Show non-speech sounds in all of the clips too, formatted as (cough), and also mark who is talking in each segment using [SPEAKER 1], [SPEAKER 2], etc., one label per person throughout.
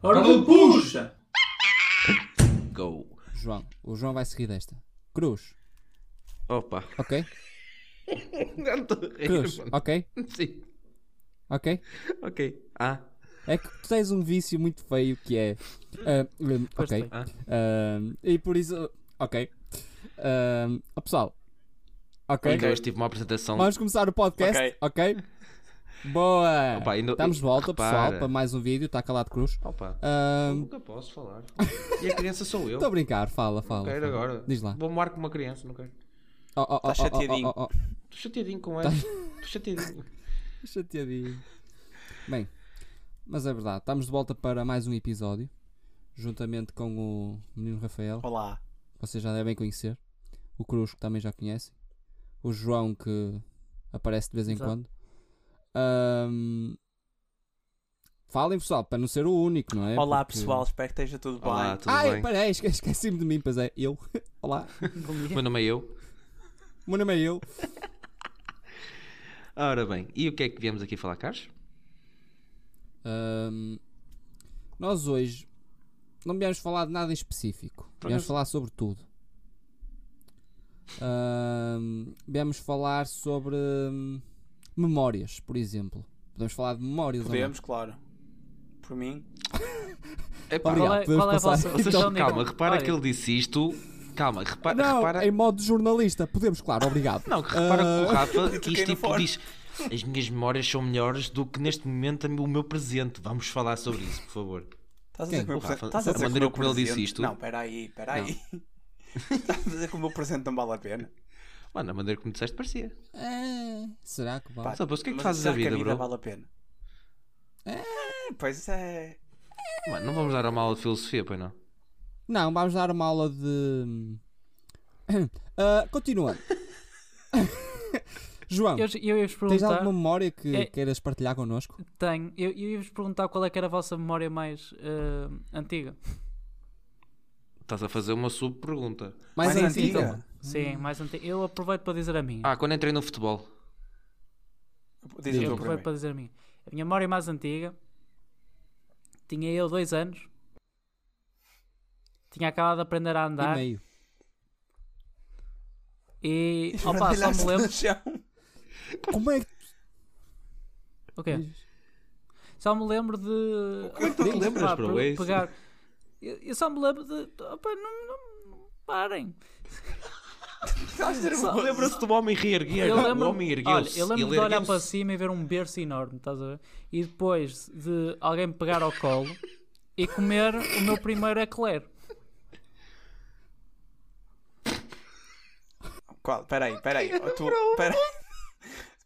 [SPEAKER 1] Tá
[SPEAKER 2] Arnold, puxa!
[SPEAKER 1] Go.
[SPEAKER 3] João. O João vai seguir desta. Cruz.
[SPEAKER 1] (laughs) Opa.
[SPEAKER 2] (laughs)
[SPEAKER 3] Ok?
[SPEAKER 1] Não estou a rir,
[SPEAKER 3] Cruz.
[SPEAKER 2] É
[SPEAKER 1] mano.
[SPEAKER 3] Ok?
[SPEAKER 1] Sim.
[SPEAKER 3] Ok?
[SPEAKER 1] Ok. Ah.
[SPEAKER 3] É que tu tens um vício muito feio que é. ah, hum, ok.
[SPEAKER 1] Ah.
[SPEAKER 3] Ah, e por isso. Ok. Ah, ó, pessoal. Ok.
[SPEAKER 1] Ainda hoje tive uma apresentação.
[SPEAKER 3] Vamos começar o podcast. Ok. Boa!
[SPEAKER 1] Opa, ainda-
[SPEAKER 3] Estamos de volta,
[SPEAKER 1] Repara.
[SPEAKER 3] pessoal, para mais um vídeo. Está calado cruz.
[SPEAKER 1] Opa.
[SPEAKER 3] Ah,
[SPEAKER 1] eu Nunca posso falar. E a criança sou eu.
[SPEAKER 3] (laughs) Estou a brincar, fala, fala.
[SPEAKER 1] Não quero
[SPEAKER 3] fala.
[SPEAKER 1] agora.
[SPEAKER 3] Diz lá.
[SPEAKER 1] Vou morar com uma criança, não quero.
[SPEAKER 3] Oh, oh, oh,
[SPEAKER 2] Tá
[SPEAKER 3] oh, oh,
[SPEAKER 2] chateadinho.
[SPEAKER 3] oh, oh,
[SPEAKER 1] Estou chateadinho
[SPEAKER 3] Tá.
[SPEAKER 1] com ela. Estou (laughs) chateadinho.
[SPEAKER 3] oh. Chateadinho. Bem, mas é verdade, estamos de volta para mais um episódio, juntamente com o menino Rafael,
[SPEAKER 2] Olá.
[SPEAKER 3] vocês já devem conhecer, o Cruz, que também já conhecem, o João, que aparece de vez em
[SPEAKER 1] Exato.
[SPEAKER 3] quando. Ahm, Falem, pessoal, para não ser o único, não é?
[SPEAKER 2] Olá
[SPEAKER 3] Porque-
[SPEAKER 2] pessoal, espero que esteja tudo
[SPEAKER 1] Olá,
[SPEAKER 2] bem.
[SPEAKER 1] tudo
[SPEAKER 3] Ai,
[SPEAKER 1] bem?
[SPEAKER 3] peraí, esque- esqueci-me de mim, pois é, eu. (laughs) Olá,
[SPEAKER 1] O meu nome é eu.
[SPEAKER 3] o meu nome é eu.
[SPEAKER 1] Ora bem, e o que é que viemos aqui falar, Carlos?
[SPEAKER 3] Ahm, nós hoje não viemos falar de nada em específico.
[SPEAKER 1] Por
[SPEAKER 3] viemos
[SPEAKER 1] acaso-
[SPEAKER 3] falar sobre tudo. Ahm, viemos falar sobre hum, memórias, por exemplo. Podemos falar de memórias ou não?
[SPEAKER 2] Podemos, claro. Por mim,
[SPEAKER 1] Epá,
[SPEAKER 3] Obrigado.
[SPEAKER 4] Qual é,
[SPEAKER 3] podemos
[SPEAKER 4] qual é a
[SPEAKER 3] passar.
[SPEAKER 4] vossa
[SPEAKER 1] Vocês,
[SPEAKER 4] opinião,
[SPEAKER 1] Então, calma,
[SPEAKER 4] Nicolau?
[SPEAKER 1] repara
[SPEAKER 4] Olha,
[SPEAKER 1] que ele disse isto. Calma, repa-
[SPEAKER 3] Não,
[SPEAKER 1] repara.
[SPEAKER 3] em modo jornalista. Podemos, claro, obrigado.
[SPEAKER 1] Não, que repara
[SPEAKER 3] Ah,
[SPEAKER 1] que o Rafa
[SPEAKER 2] (laughs) Eu toquei
[SPEAKER 1] isto
[SPEAKER 2] no
[SPEAKER 1] tipo,
[SPEAKER 2] fone.
[SPEAKER 1] diz as minhas memórias são melhores do que neste momento o meu presente. Vamos falar sobre isso, por favor.
[SPEAKER 2] estás a
[SPEAKER 3] Quem?
[SPEAKER 2] dizer que o meu
[SPEAKER 1] O Rafa-
[SPEAKER 2] presente. Estás a
[SPEAKER 1] a
[SPEAKER 2] dizer que o
[SPEAKER 1] maneira
[SPEAKER 2] meu
[SPEAKER 1] como ele disse
[SPEAKER 2] presente-
[SPEAKER 1] isto.
[SPEAKER 2] Não, peraí, peraí. (laughs) Estás a dizer que o meu presente não vale a pena.
[SPEAKER 1] Mano, a maneira como disseste parecia.
[SPEAKER 3] é, será que vale?
[SPEAKER 2] Pá,
[SPEAKER 1] Só, pois, o que é que
[SPEAKER 2] Mas
[SPEAKER 1] fazes
[SPEAKER 2] será
[SPEAKER 1] a vida,
[SPEAKER 2] que a vida
[SPEAKER 1] bro?
[SPEAKER 2] vale a pena. É, pois é.
[SPEAKER 1] Mano, não vamos dar uma aula de filosofia, pois não?
[SPEAKER 3] Não, vamos dar uma aula de. hum, (coughs) Ah, continuando. João,
[SPEAKER 4] Eu, eu ia-vos
[SPEAKER 3] tens
[SPEAKER 4] perguntar.
[SPEAKER 3] alguma memória que
[SPEAKER 4] É-
[SPEAKER 3] queiras partilhar connosco?
[SPEAKER 4] Tenho. Eu, eu ia-vos perguntar qual é que era a vossa memória mais eh, antiga.
[SPEAKER 1] Estás a fazer uma sub-pergunta.
[SPEAKER 3] Mais,
[SPEAKER 2] Mais
[SPEAKER 3] antiga.
[SPEAKER 2] antiga?
[SPEAKER 4] Sim, mais antiga. Eu aproveito para dizer a minha.
[SPEAKER 1] Hum. Ah, quando entrei no futebol.
[SPEAKER 2] Diz o
[SPEAKER 4] eu
[SPEAKER 2] teu
[SPEAKER 4] aproveito para
[SPEAKER 2] primeiro.
[SPEAKER 4] dizer a minha. A minha memória mais antiga. Tinha eu dois anos. Tinha acabado de aprender a
[SPEAKER 3] E
[SPEAKER 4] andar.
[SPEAKER 3] meio.
[SPEAKER 4] E. Opa, só me
[SPEAKER 1] (laughs)
[SPEAKER 4] lembro.
[SPEAKER 2] lembro.
[SPEAKER 4] (laughs)
[SPEAKER 3] Como é que
[SPEAKER 4] O quê? Só me lembro de.
[SPEAKER 1] Como é que tu te
[SPEAKER 4] Diz,
[SPEAKER 1] lembras,
[SPEAKER 4] pá,
[SPEAKER 1] bro?
[SPEAKER 4] pe-
[SPEAKER 1] É isso?
[SPEAKER 4] pegar- Eu, eu só me lembro de. Opa, não, não- não parem. Só-
[SPEAKER 1] Lembra-se do homem reerguer.
[SPEAKER 4] Eu lembro,
[SPEAKER 1] o homem
[SPEAKER 4] olha,
[SPEAKER 1] ergueu-se.
[SPEAKER 4] eu lembro
[SPEAKER 1] Ele
[SPEAKER 4] de olhar
[SPEAKER 1] ergueu-se.
[SPEAKER 4] para cima e ver um berço enorme, estás a ver? E depois de alguém me pegar ao colo e comer o meu primeiro eclair.
[SPEAKER 2] Qual? Peraí, peraí. Tu, peraí.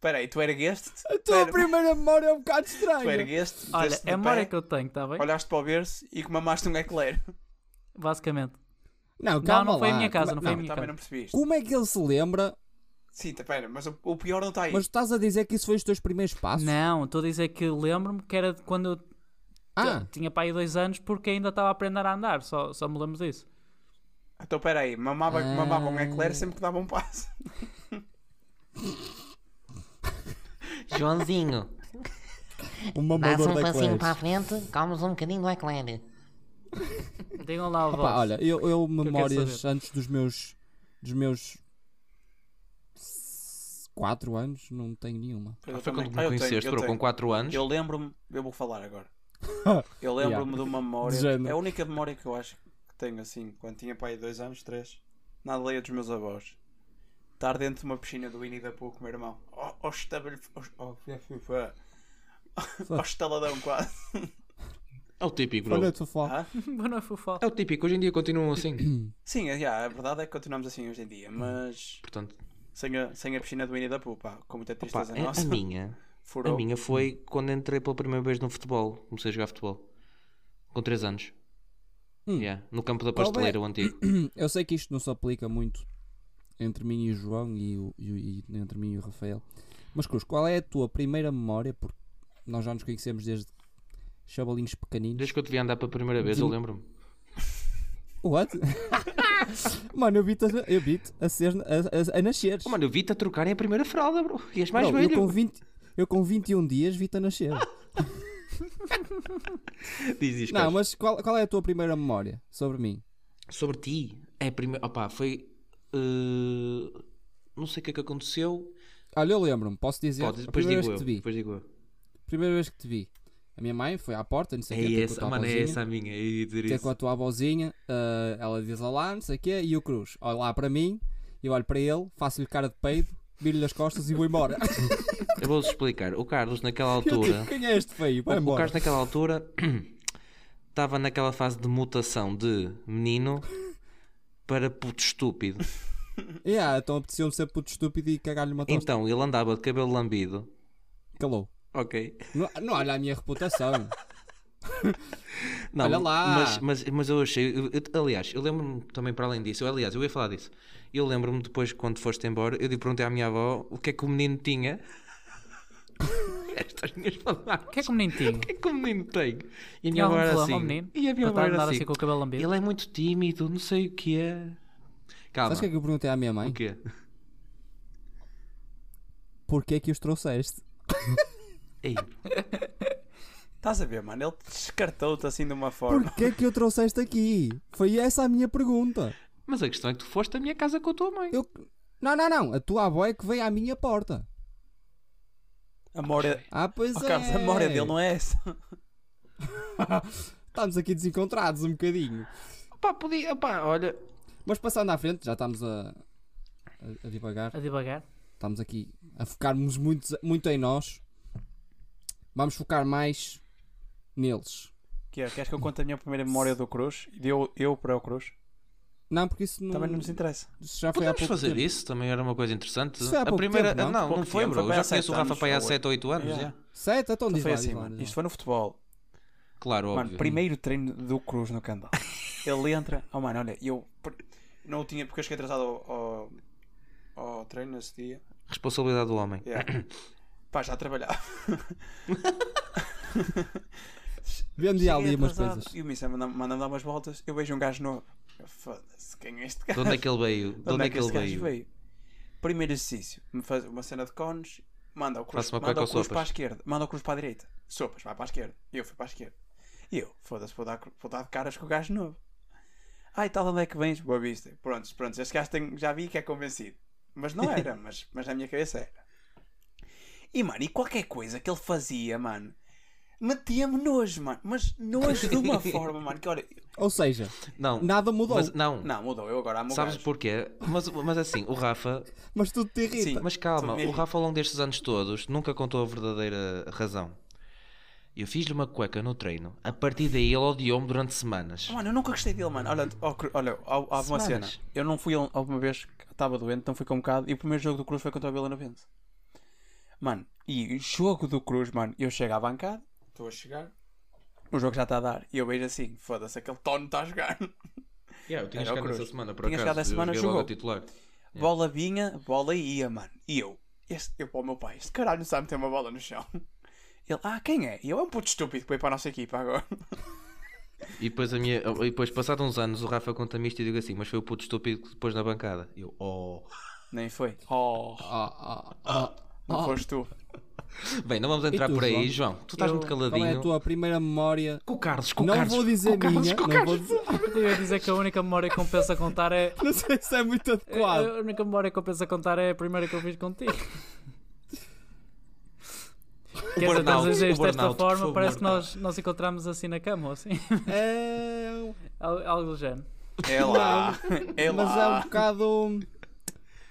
[SPEAKER 2] Peraí, tu ergueste-te?
[SPEAKER 3] a
[SPEAKER 2] Tu,
[SPEAKER 3] tua
[SPEAKER 2] er-
[SPEAKER 3] primeira memória é um bocado
[SPEAKER 2] tu
[SPEAKER 3] estranha?
[SPEAKER 2] ergueste-te?
[SPEAKER 4] Olha,
[SPEAKER 2] deste de
[SPEAKER 4] é a memória
[SPEAKER 2] pé,
[SPEAKER 4] que eu tenho, está bem?
[SPEAKER 2] Olhaste para o berço e mamaste um eclair.
[SPEAKER 4] Basicamente.
[SPEAKER 3] Não,
[SPEAKER 4] Não,
[SPEAKER 3] calma
[SPEAKER 4] não foi a
[SPEAKER 3] lá. é-
[SPEAKER 4] minha casa, não foi a
[SPEAKER 2] Não,
[SPEAKER 4] minha
[SPEAKER 2] também
[SPEAKER 4] casa.
[SPEAKER 2] não percebiste.
[SPEAKER 3] Como é que ele se lembra?
[SPEAKER 2] Sim, tá- pera, mas o, o pior não está aí.
[SPEAKER 3] Mas tu estás a dizer que isso foi os teus primeiros passos?
[SPEAKER 4] Não, estou a dizer que lembro-me que era de quando eu t-
[SPEAKER 3] Ah,
[SPEAKER 4] tinha pai dois anos porque ainda estava a aprender a andar, só, só me lembro disso.
[SPEAKER 2] Então peraí, mamava,
[SPEAKER 3] Ah.
[SPEAKER 2] mamava um eclair sempre que dava um passo.
[SPEAKER 5] Joãozinho,
[SPEAKER 3] o
[SPEAKER 2] (laughs)
[SPEAKER 5] dá
[SPEAKER 3] mamador
[SPEAKER 5] um
[SPEAKER 3] da
[SPEAKER 5] passinho
[SPEAKER 3] Clash.
[SPEAKER 5] para a frente, comes um bocadinho do eclair.
[SPEAKER 4] Digam lá o é
[SPEAKER 3] Opa,
[SPEAKER 4] vosso.
[SPEAKER 3] olha, eu, eu memórias
[SPEAKER 4] saber.
[SPEAKER 3] antes dos meus dos meus 4 anos não tenho nenhuma.
[SPEAKER 2] Eu
[SPEAKER 1] Foi
[SPEAKER 2] também.
[SPEAKER 1] quando
[SPEAKER 2] Ah,
[SPEAKER 1] me
[SPEAKER 2] eu tenho,
[SPEAKER 1] conheceste,
[SPEAKER 2] eu
[SPEAKER 1] bro, com
[SPEAKER 2] tenho.
[SPEAKER 1] 4 anos.
[SPEAKER 2] Eu lembro-me, eu vou
[SPEAKER 1] (laughs)
[SPEAKER 2] falar agora. Eu lembro-me de uma memória.
[SPEAKER 3] De género.
[SPEAKER 2] É a única memória que eu acho que tenho assim, quando tinha pai dois anos, três, na aldeia dos meus avós. Estar dentro de uma piscina do Winnie da Pooh com o meu irmão. Oh, oh, estabel... oh, oh, (laughs) oh, estaladão quase.
[SPEAKER 1] (laughs) É o típico,
[SPEAKER 3] Olha,
[SPEAKER 1] bro.
[SPEAKER 3] tu fala.
[SPEAKER 2] Ah?
[SPEAKER 4] (laughs) Boa noite, Fofó.
[SPEAKER 1] É o típico. Hoje em dia continuam
[SPEAKER 4] (clears throat)
[SPEAKER 1] assim.
[SPEAKER 2] Sim, é, já, a verdade é que continuamos assim hoje em dia, mas
[SPEAKER 1] Portanto,
[SPEAKER 2] sem a, sem a piscina do Winnie da Pooh, pá, com muita
[SPEAKER 1] pá, é
[SPEAKER 2] tristeza
[SPEAKER 1] a-
[SPEAKER 2] nossa.
[SPEAKER 1] a minha... A
[SPEAKER 2] Furou.
[SPEAKER 1] minha foi quando entrei pela primeira vez no futebol. Comecei a jogar futebol. Com 3 anos.
[SPEAKER 3] Hum.
[SPEAKER 1] Yeah, no campo da
[SPEAKER 3] Qual é?
[SPEAKER 1] pasteleira, o
[SPEAKER 3] (clears throat)
[SPEAKER 1] antigo.
[SPEAKER 3] Eu sei que isto não se aplica muito entre mim e o João e, o, e, o- e entre mim e o Rafael. Mas Cruz, qual é a tua primeira memória? Porque nós já nos conhecemos desde chabalinhos pequeninos.
[SPEAKER 1] Desde que eu devia andar pela primeira vez, eu lembro-me.
[SPEAKER 3] What? (laughs) Mano, eu vi-te a, eu vi-te a, ser, a, é a, a nasceres.
[SPEAKER 1] Oh, mano, eu vi-te a trocarem a primeira fralda, bro. E és mais Ah,
[SPEAKER 3] Bro,
[SPEAKER 1] velho.
[SPEAKER 3] um Eu com, 20, eu com 21 dias vi-te a nascer.
[SPEAKER 1] Diz isto.
[SPEAKER 3] Não,
[SPEAKER 1] Carlos.
[SPEAKER 3] mas qual, qual é a tua primeira memória sobre mim?
[SPEAKER 1] Sobre ti, é primeiro. Opá, foi. eh, não sei o que é que aconteceu.
[SPEAKER 3] Olha, eu lembro-me, posso dizer,
[SPEAKER 1] Pode,
[SPEAKER 3] a
[SPEAKER 1] depois
[SPEAKER 3] primeira
[SPEAKER 1] digo
[SPEAKER 3] vez
[SPEAKER 1] eu.
[SPEAKER 3] que te vi,
[SPEAKER 1] Depois digo eu.
[SPEAKER 3] primeira vez que te vi, a minha mãe foi à porta, não sei o
[SPEAKER 1] É
[SPEAKER 3] que, assim.
[SPEAKER 1] essa, mano, é essa a minha. É dizer
[SPEAKER 3] ter
[SPEAKER 1] isso.
[SPEAKER 3] com a tua avózinha, ah, ela diz olá, não sei o quê, e o Cruz olha lá para mim, eu olho para ele, faço-lhe cara de peido, viro-lhe as costas e vou
[SPEAKER 2] (laughs)
[SPEAKER 3] embora.
[SPEAKER 1] Eu vou-vos explicar. O Carlos, naquela
[SPEAKER 3] (laughs) Eu
[SPEAKER 1] altura.
[SPEAKER 3] digo, quem é este feio? Vai
[SPEAKER 1] o, o
[SPEAKER 3] embora.
[SPEAKER 1] Carlos, naquela altura. (clears throat) Estava naquela fase de mutação de menino (laughs) para puto estúpido.
[SPEAKER 3] Yeah, então apeteceu-me ser puto estúpido e cagar-lhe uma tosta.
[SPEAKER 1] Então, ele andava de cabelo lambido.
[SPEAKER 3] Calou.
[SPEAKER 1] Ok.
[SPEAKER 3] Não, não olha a minha
[SPEAKER 2] (laughs)
[SPEAKER 3] reputação.
[SPEAKER 1] Não,
[SPEAKER 3] Olha lá.
[SPEAKER 1] Mas, mas, mas eu achei. eu- eu- aliás, eu lembro-me também para além disso. Eu, aliás, eu ia falar disso. Eu lembro-me depois, quando foste embora, eu perguntei à minha avó o que é que o menino tinha. (laughs) Estas minhas palavras.
[SPEAKER 4] O que é que o menino
[SPEAKER 3] (laughs)
[SPEAKER 4] tinha?
[SPEAKER 1] O que é que o menino tem? E a
[SPEAKER 4] Tinha
[SPEAKER 1] minha avó
[SPEAKER 4] algum
[SPEAKER 1] era
[SPEAKER 4] problema
[SPEAKER 1] assim.
[SPEAKER 4] ao menino?
[SPEAKER 1] E a minha
[SPEAKER 4] Para
[SPEAKER 1] avó
[SPEAKER 4] estar a
[SPEAKER 1] era
[SPEAKER 4] andar
[SPEAKER 1] assim.
[SPEAKER 4] assim com o cabelo lambido?
[SPEAKER 1] Ele é muito tímido, não sei o que é. Calma.
[SPEAKER 2] Ah,
[SPEAKER 3] Sabes o que é que eu perguntei à minha
[SPEAKER 1] O
[SPEAKER 3] mãe?
[SPEAKER 1] quê?
[SPEAKER 3] Porquê que os trouxeste?
[SPEAKER 1] Ei,
[SPEAKER 2] Estás a ver, mano? Ele descartou-te assim de uma forma.
[SPEAKER 3] Porquê que eu trouxeste aqui? Foi essa a minha pergunta.
[SPEAKER 1] mas a questão é que tu foste à minha casa com a tua mãe.
[SPEAKER 3] Eu... Não, não, não. A tua avó é que veio à minha porta.
[SPEAKER 2] A memória...
[SPEAKER 3] Ah, pois
[SPEAKER 2] Oh,
[SPEAKER 3] é.
[SPEAKER 2] Carlos, a memória dele não
[SPEAKER 3] (laughs)
[SPEAKER 2] é essa.
[SPEAKER 3] Estamos aqui desencontrados um bocadinho.
[SPEAKER 1] Opá, podia. Opá, olha.
[SPEAKER 3] Mas passando à frente, já estamos a, a, a divagar.
[SPEAKER 4] A devagar?
[SPEAKER 3] Estamos aqui a focarmos muito, muito em nós. Vamos focar mais neles.
[SPEAKER 2] Que é, queres que eu conte a minha primeira memória do Cruz? E eu, eu para o Cruz?
[SPEAKER 3] Não, porque isso não.
[SPEAKER 2] Também não nos interessa.
[SPEAKER 3] isso já foi há
[SPEAKER 1] Podemos
[SPEAKER 3] pouco
[SPEAKER 1] fazer
[SPEAKER 3] tempo.
[SPEAKER 1] isso, também era uma coisa interessante.
[SPEAKER 3] Isso foi há
[SPEAKER 1] a
[SPEAKER 3] pouco
[SPEAKER 1] primeira.
[SPEAKER 3] tempo, não?
[SPEAKER 1] não, não
[SPEAKER 2] Pouco
[SPEAKER 1] foi,
[SPEAKER 2] tempo,
[SPEAKER 1] bro.
[SPEAKER 2] foi
[SPEAKER 1] Eu
[SPEAKER 2] bem
[SPEAKER 1] já
[SPEAKER 2] há
[SPEAKER 1] conheço o
[SPEAKER 2] sete
[SPEAKER 1] Rafa
[SPEAKER 2] anos,
[SPEAKER 1] para aí há
[SPEAKER 2] ou
[SPEAKER 1] 7 ou 8 anos.
[SPEAKER 2] Yeah.
[SPEAKER 1] já.
[SPEAKER 3] Certo? Então
[SPEAKER 2] Não
[SPEAKER 3] diz
[SPEAKER 2] foi
[SPEAKER 3] lá,
[SPEAKER 2] assim,
[SPEAKER 3] diz lá,
[SPEAKER 2] mano.
[SPEAKER 3] diz lá.
[SPEAKER 2] Isto foi no futebol.
[SPEAKER 1] Claro, óbvio.
[SPEAKER 2] Mano, primeiro treino do Cruz no Candal. Ele entra. Oh, mano, olha, eu pr- não o tinha porque eu cheguei atrasado ao, ao, ao treino nesse dia.
[SPEAKER 1] Responsabilidade do homem.
[SPEAKER 3] (coughs)
[SPEAKER 2] Yeah. Pá, já trabalhava.
[SPEAKER 3] Vende ali
[SPEAKER 2] Cheguei
[SPEAKER 3] umas
[SPEAKER 2] é atrasado
[SPEAKER 3] coisas.
[SPEAKER 2] E o Missa manda- manda-me dar umas voltas. Eu vejo um gajo novo. Eu, Foda-se, quem é este
[SPEAKER 1] De
[SPEAKER 2] gajo?
[SPEAKER 1] onde é que ele veio? De onde é que ele
[SPEAKER 2] este gajo
[SPEAKER 1] veio?
[SPEAKER 2] Primeiro exercício. Me faz uma cena de cones. Manda o cruz,
[SPEAKER 1] Faço uma
[SPEAKER 2] manda
[SPEAKER 1] cueca
[SPEAKER 2] o
[SPEAKER 1] ou
[SPEAKER 2] cruz
[SPEAKER 1] sopas?
[SPEAKER 2] para a esquerda. Manda o cruz para a direita. Sopas, vai para a esquerda. E eu fui para a esquerda. E eu, foda-se, vou dar, vou dar de caras com o gajo novo. Ai, tal, onde é que vens? Boa vista. Prontos, prontos. Este gajo tem- já vi que é convencido. Mas não
[SPEAKER 1] (laughs)
[SPEAKER 2] era, mas, mas na minha cabeça era. E, mano, e qualquer coisa que ele fazia, mano, metia-me nojo, mano. Mas nojo
[SPEAKER 1] (laughs)
[SPEAKER 2] de uma forma, mano, que olha...
[SPEAKER 3] Ou seja,
[SPEAKER 1] Não,
[SPEAKER 3] nada mudou,
[SPEAKER 1] mas, não,
[SPEAKER 2] Não, mudou. Eu agora amo o
[SPEAKER 1] sabes
[SPEAKER 2] gajo.
[SPEAKER 1] porquê? Mas, mas assim, o Rafa.
[SPEAKER 3] mas tudo te irrita.
[SPEAKER 2] Sim.
[SPEAKER 1] Mas calma,
[SPEAKER 2] Tudo bem.
[SPEAKER 1] o Rafa ao longo destes anos todos nunca contou a verdadeira razão. Eu fiz-lhe uma cueca no treino. A partir daí ele odiou-me durante semanas.
[SPEAKER 2] Mano, eu nunca gostei dele, mano. Olha, ó, Cru- olha ó, há uma cena.
[SPEAKER 1] Semanas.
[SPEAKER 2] Eu não fui ele- alguma vez que estava doente, então fui com um bocado. E o primeiro jogo do Cruz foi contra o Vilanovense. Mano, e o jogo do Cruz, mano, eu chego à bancada, estou a chegar, o jogo já está a dar. E eu vejo assim, foda-se, aquele tono está a jogar.
[SPEAKER 1] eu tinha
[SPEAKER 2] Era o
[SPEAKER 1] chegado
[SPEAKER 2] Cruz.
[SPEAKER 1] essa semana, por
[SPEAKER 2] Tinha
[SPEAKER 1] acaso.
[SPEAKER 2] chegado essa
[SPEAKER 1] Eu
[SPEAKER 2] semana,
[SPEAKER 1] joguei logo
[SPEAKER 2] jogou.
[SPEAKER 1] a titular.
[SPEAKER 2] Bola vinha, bola ia, mano. E eu, este, eu para o meu pai, este caralho não sabe meter uma bola no chão. Ele, ah, quem é? E eu, é um puto estúpido para ir para a nossa equipa agora.
[SPEAKER 1] E depois, a minha, e depois, passado uns anos, o Rafa conta-me isto e digo assim: Mas foi o puto estúpido que depois na bancada. Eu, oh.
[SPEAKER 2] Nem foi. Oh,
[SPEAKER 3] Ah, ah, ah.
[SPEAKER 2] não foste (laughs) tu.
[SPEAKER 1] Bem, não vamos entrar
[SPEAKER 3] tu,
[SPEAKER 1] por aí,
[SPEAKER 3] João?
[SPEAKER 1] João. Tu estás
[SPEAKER 4] Eu-
[SPEAKER 1] muito
[SPEAKER 3] Qual é
[SPEAKER 1] caladinho.
[SPEAKER 3] a tua primeira memória?
[SPEAKER 1] Com o Carlos, com o
[SPEAKER 3] não
[SPEAKER 1] Carlos.
[SPEAKER 3] vou dizer
[SPEAKER 1] com o Carlos,
[SPEAKER 3] minha.
[SPEAKER 1] com o
[SPEAKER 3] não, vou
[SPEAKER 1] Carlos. (laughs)
[SPEAKER 3] dizer... (laughs)
[SPEAKER 4] Eu ia dizer que a única memória que compensa contar é.
[SPEAKER 3] não sei se é muito adequado.
[SPEAKER 4] A única memória que compensa contar é a primeira que eu fiz contigo. Quer dizer, estamos
[SPEAKER 1] burnout,
[SPEAKER 4] a é dizer
[SPEAKER 1] o
[SPEAKER 4] isto desta
[SPEAKER 1] burnout, por
[SPEAKER 4] forma,
[SPEAKER 1] favor.
[SPEAKER 4] parece que nós nos encontramos assim na cama ou assim. (laughs)
[SPEAKER 3] É...
[SPEAKER 4] Al- Algo do género.
[SPEAKER 2] É lá. É lá.
[SPEAKER 3] Mas é um bocado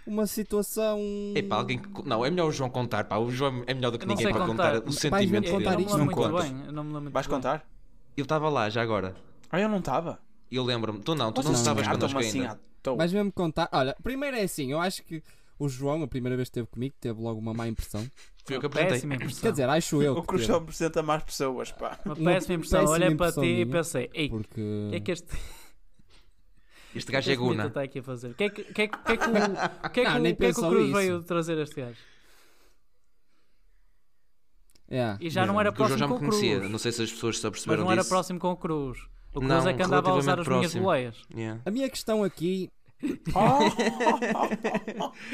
[SPEAKER 3] uma situação.
[SPEAKER 1] Epá, alguém que... Não, é melhor o João contar, pá. O João é melhor do que
[SPEAKER 4] Eu não
[SPEAKER 1] ninguém
[SPEAKER 4] sei
[SPEAKER 1] para
[SPEAKER 4] contar.
[SPEAKER 1] contar, o
[SPEAKER 4] Vais
[SPEAKER 1] sentimento
[SPEAKER 3] mesmo contar
[SPEAKER 1] dele.
[SPEAKER 4] eu
[SPEAKER 3] isto?
[SPEAKER 4] não
[SPEAKER 3] Não
[SPEAKER 4] me lembro muito
[SPEAKER 3] contas.
[SPEAKER 4] bem. Eu não me lembro muito
[SPEAKER 2] Vais
[SPEAKER 4] bem.
[SPEAKER 2] contar?
[SPEAKER 1] Eu estava lá, já agora.
[SPEAKER 2] Ah, eu não estava.
[SPEAKER 1] Eu lembro-me. Tu não, tu não
[SPEAKER 3] Vocês
[SPEAKER 1] estavas
[SPEAKER 2] Cartam-me
[SPEAKER 1] connosco
[SPEAKER 2] assim
[SPEAKER 1] ainda.
[SPEAKER 2] à toa.
[SPEAKER 3] Mas mesmo contar. Olha, primeiro é assim, eu acho que o João, a primeira vez que esteve comigo, teve logo uma má impressão.
[SPEAKER 1] Fui eu que
[SPEAKER 4] Péssima
[SPEAKER 1] apresentei.
[SPEAKER 4] impressão.
[SPEAKER 3] Quer dizer, acho eu.
[SPEAKER 2] O
[SPEAKER 3] que
[SPEAKER 2] Cruz
[SPEAKER 3] teve,
[SPEAKER 2] só apresenta mais pessoas, pá.
[SPEAKER 4] uma
[SPEAKER 3] uma
[SPEAKER 4] péssima impressão.
[SPEAKER 3] péssima
[SPEAKER 4] Olhei para ti
[SPEAKER 3] impressão
[SPEAKER 4] e
[SPEAKER 3] minha,
[SPEAKER 4] pensei: ei, o
[SPEAKER 3] Porque.
[SPEAKER 4] que é que este.
[SPEAKER 1] Este gajo é
[SPEAKER 4] Este mito
[SPEAKER 1] Guna.
[SPEAKER 4] está aqui a fazer. O que é que, o que, é que, o que, é que, o- o que, é que,
[SPEAKER 3] Não,
[SPEAKER 4] o-
[SPEAKER 3] nem
[SPEAKER 4] o que é que o
[SPEAKER 3] pensou
[SPEAKER 4] Cruz
[SPEAKER 3] isso.
[SPEAKER 4] veio trazer a este gajo?
[SPEAKER 3] Yeah,
[SPEAKER 4] E já não era
[SPEAKER 1] Porque o João já
[SPEAKER 4] próximo
[SPEAKER 1] me
[SPEAKER 4] com o Cruz.
[SPEAKER 1] conhecia. Não sei se as pessoas se
[SPEAKER 4] Mas
[SPEAKER 1] aperceberam
[SPEAKER 4] não era
[SPEAKER 1] disso.
[SPEAKER 4] próximo com o Cruz. O Cruz
[SPEAKER 1] Não,
[SPEAKER 4] é que andava a usar as
[SPEAKER 1] relativamente
[SPEAKER 4] minhas
[SPEAKER 1] próximo.
[SPEAKER 4] boleias.
[SPEAKER 1] Yeah.
[SPEAKER 3] A minha questão aqui.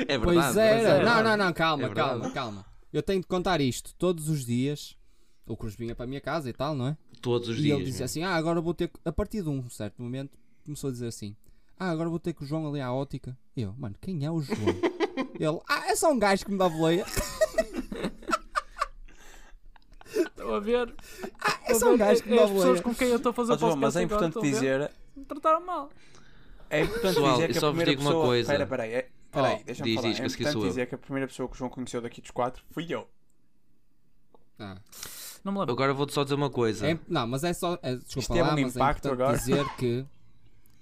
[SPEAKER 1] É verdade.
[SPEAKER 3] Pois
[SPEAKER 1] mas
[SPEAKER 3] era.
[SPEAKER 4] é
[SPEAKER 3] Não,
[SPEAKER 4] verdade.
[SPEAKER 3] não, não, calma,
[SPEAKER 1] É verdade.
[SPEAKER 3] calma, calma. Eu tenho de contar isto todos os dias. o Cruz vinha para a minha casa e tal, não é?
[SPEAKER 1] Todos os
[SPEAKER 3] e
[SPEAKER 1] dias.
[SPEAKER 3] ele
[SPEAKER 4] é?
[SPEAKER 3] dizia
[SPEAKER 1] meu.
[SPEAKER 3] assim: Ah, agora vou ter que. A partir de um certo momento, começou a dizer assim: Ah, agora vou ter que o João ali à ótica. E Eu, mano, quem é o
[SPEAKER 4] (laughs)
[SPEAKER 3] João? ele, Ah, é só um gajo que me dá boleia.
[SPEAKER 4] Estão a ver?
[SPEAKER 3] É
[SPEAKER 4] Estão
[SPEAKER 3] só
[SPEAKER 4] a
[SPEAKER 3] um
[SPEAKER 4] ver?
[SPEAKER 3] gajo que me
[SPEAKER 4] É
[SPEAKER 3] dá
[SPEAKER 4] as pessoas
[SPEAKER 3] boleia.
[SPEAKER 4] com quem eu estou a fazer
[SPEAKER 2] Ó, João,
[SPEAKER 4] podcast
[SPEAKER 2] mas é
[SPEAKER 4] agora,
[SPEAKER 2] importante
[SPEAKER 4] estão a ver?
[SPEAKER 2] dizer.
[SPEAKER 4] Me trataram mal.
[SPEAKER 2] É importante
[SPEAKER 1] Pessoal,
[SPEAKER 2] dizer que
[SPEAKER 1] eu só
[SPEAKER 2] a
[SPEAKER 1] vos
[SPEAKER 2] primeira
[SPEAKER 1] digo uma
[SPEAKER 2] pessoa...
[SPEAKER 1] coisa.
[SPEAKER 2] Pera, pera aí. é- Pera aí, deixa-me
[SPEAKER 1] diz,
[SPEAKER 2] falar.
[SPEAKER 1] diz,
[SPEAKER 2] é
[SPEAKER 1] que a seguir
[SPEAKER 2] importante
[SPEAKER 1] sou eu.
[SPEAKER 2] dizer que a primeira pessoa que o João conheceu daqui dos quatro fui eu.
[SPEAKER 3] Ah,
[SPEAKER 4] Não me lembro.
[SPEAKER 1] Agora vou-te só dizer uma coisa.
[SPEAKER 3] é- não, mas é só. É, desculpa
[SPEAKER 2] teve
[SPEAKER 3] lá,
[SPEAKER 2] um
[SPEAKER 3] mas é
[SPEAKER 2] impacto
[SPEAKER 3] importante
[SPEAKER 2] agora.
[SPEAKER 3] dizer que.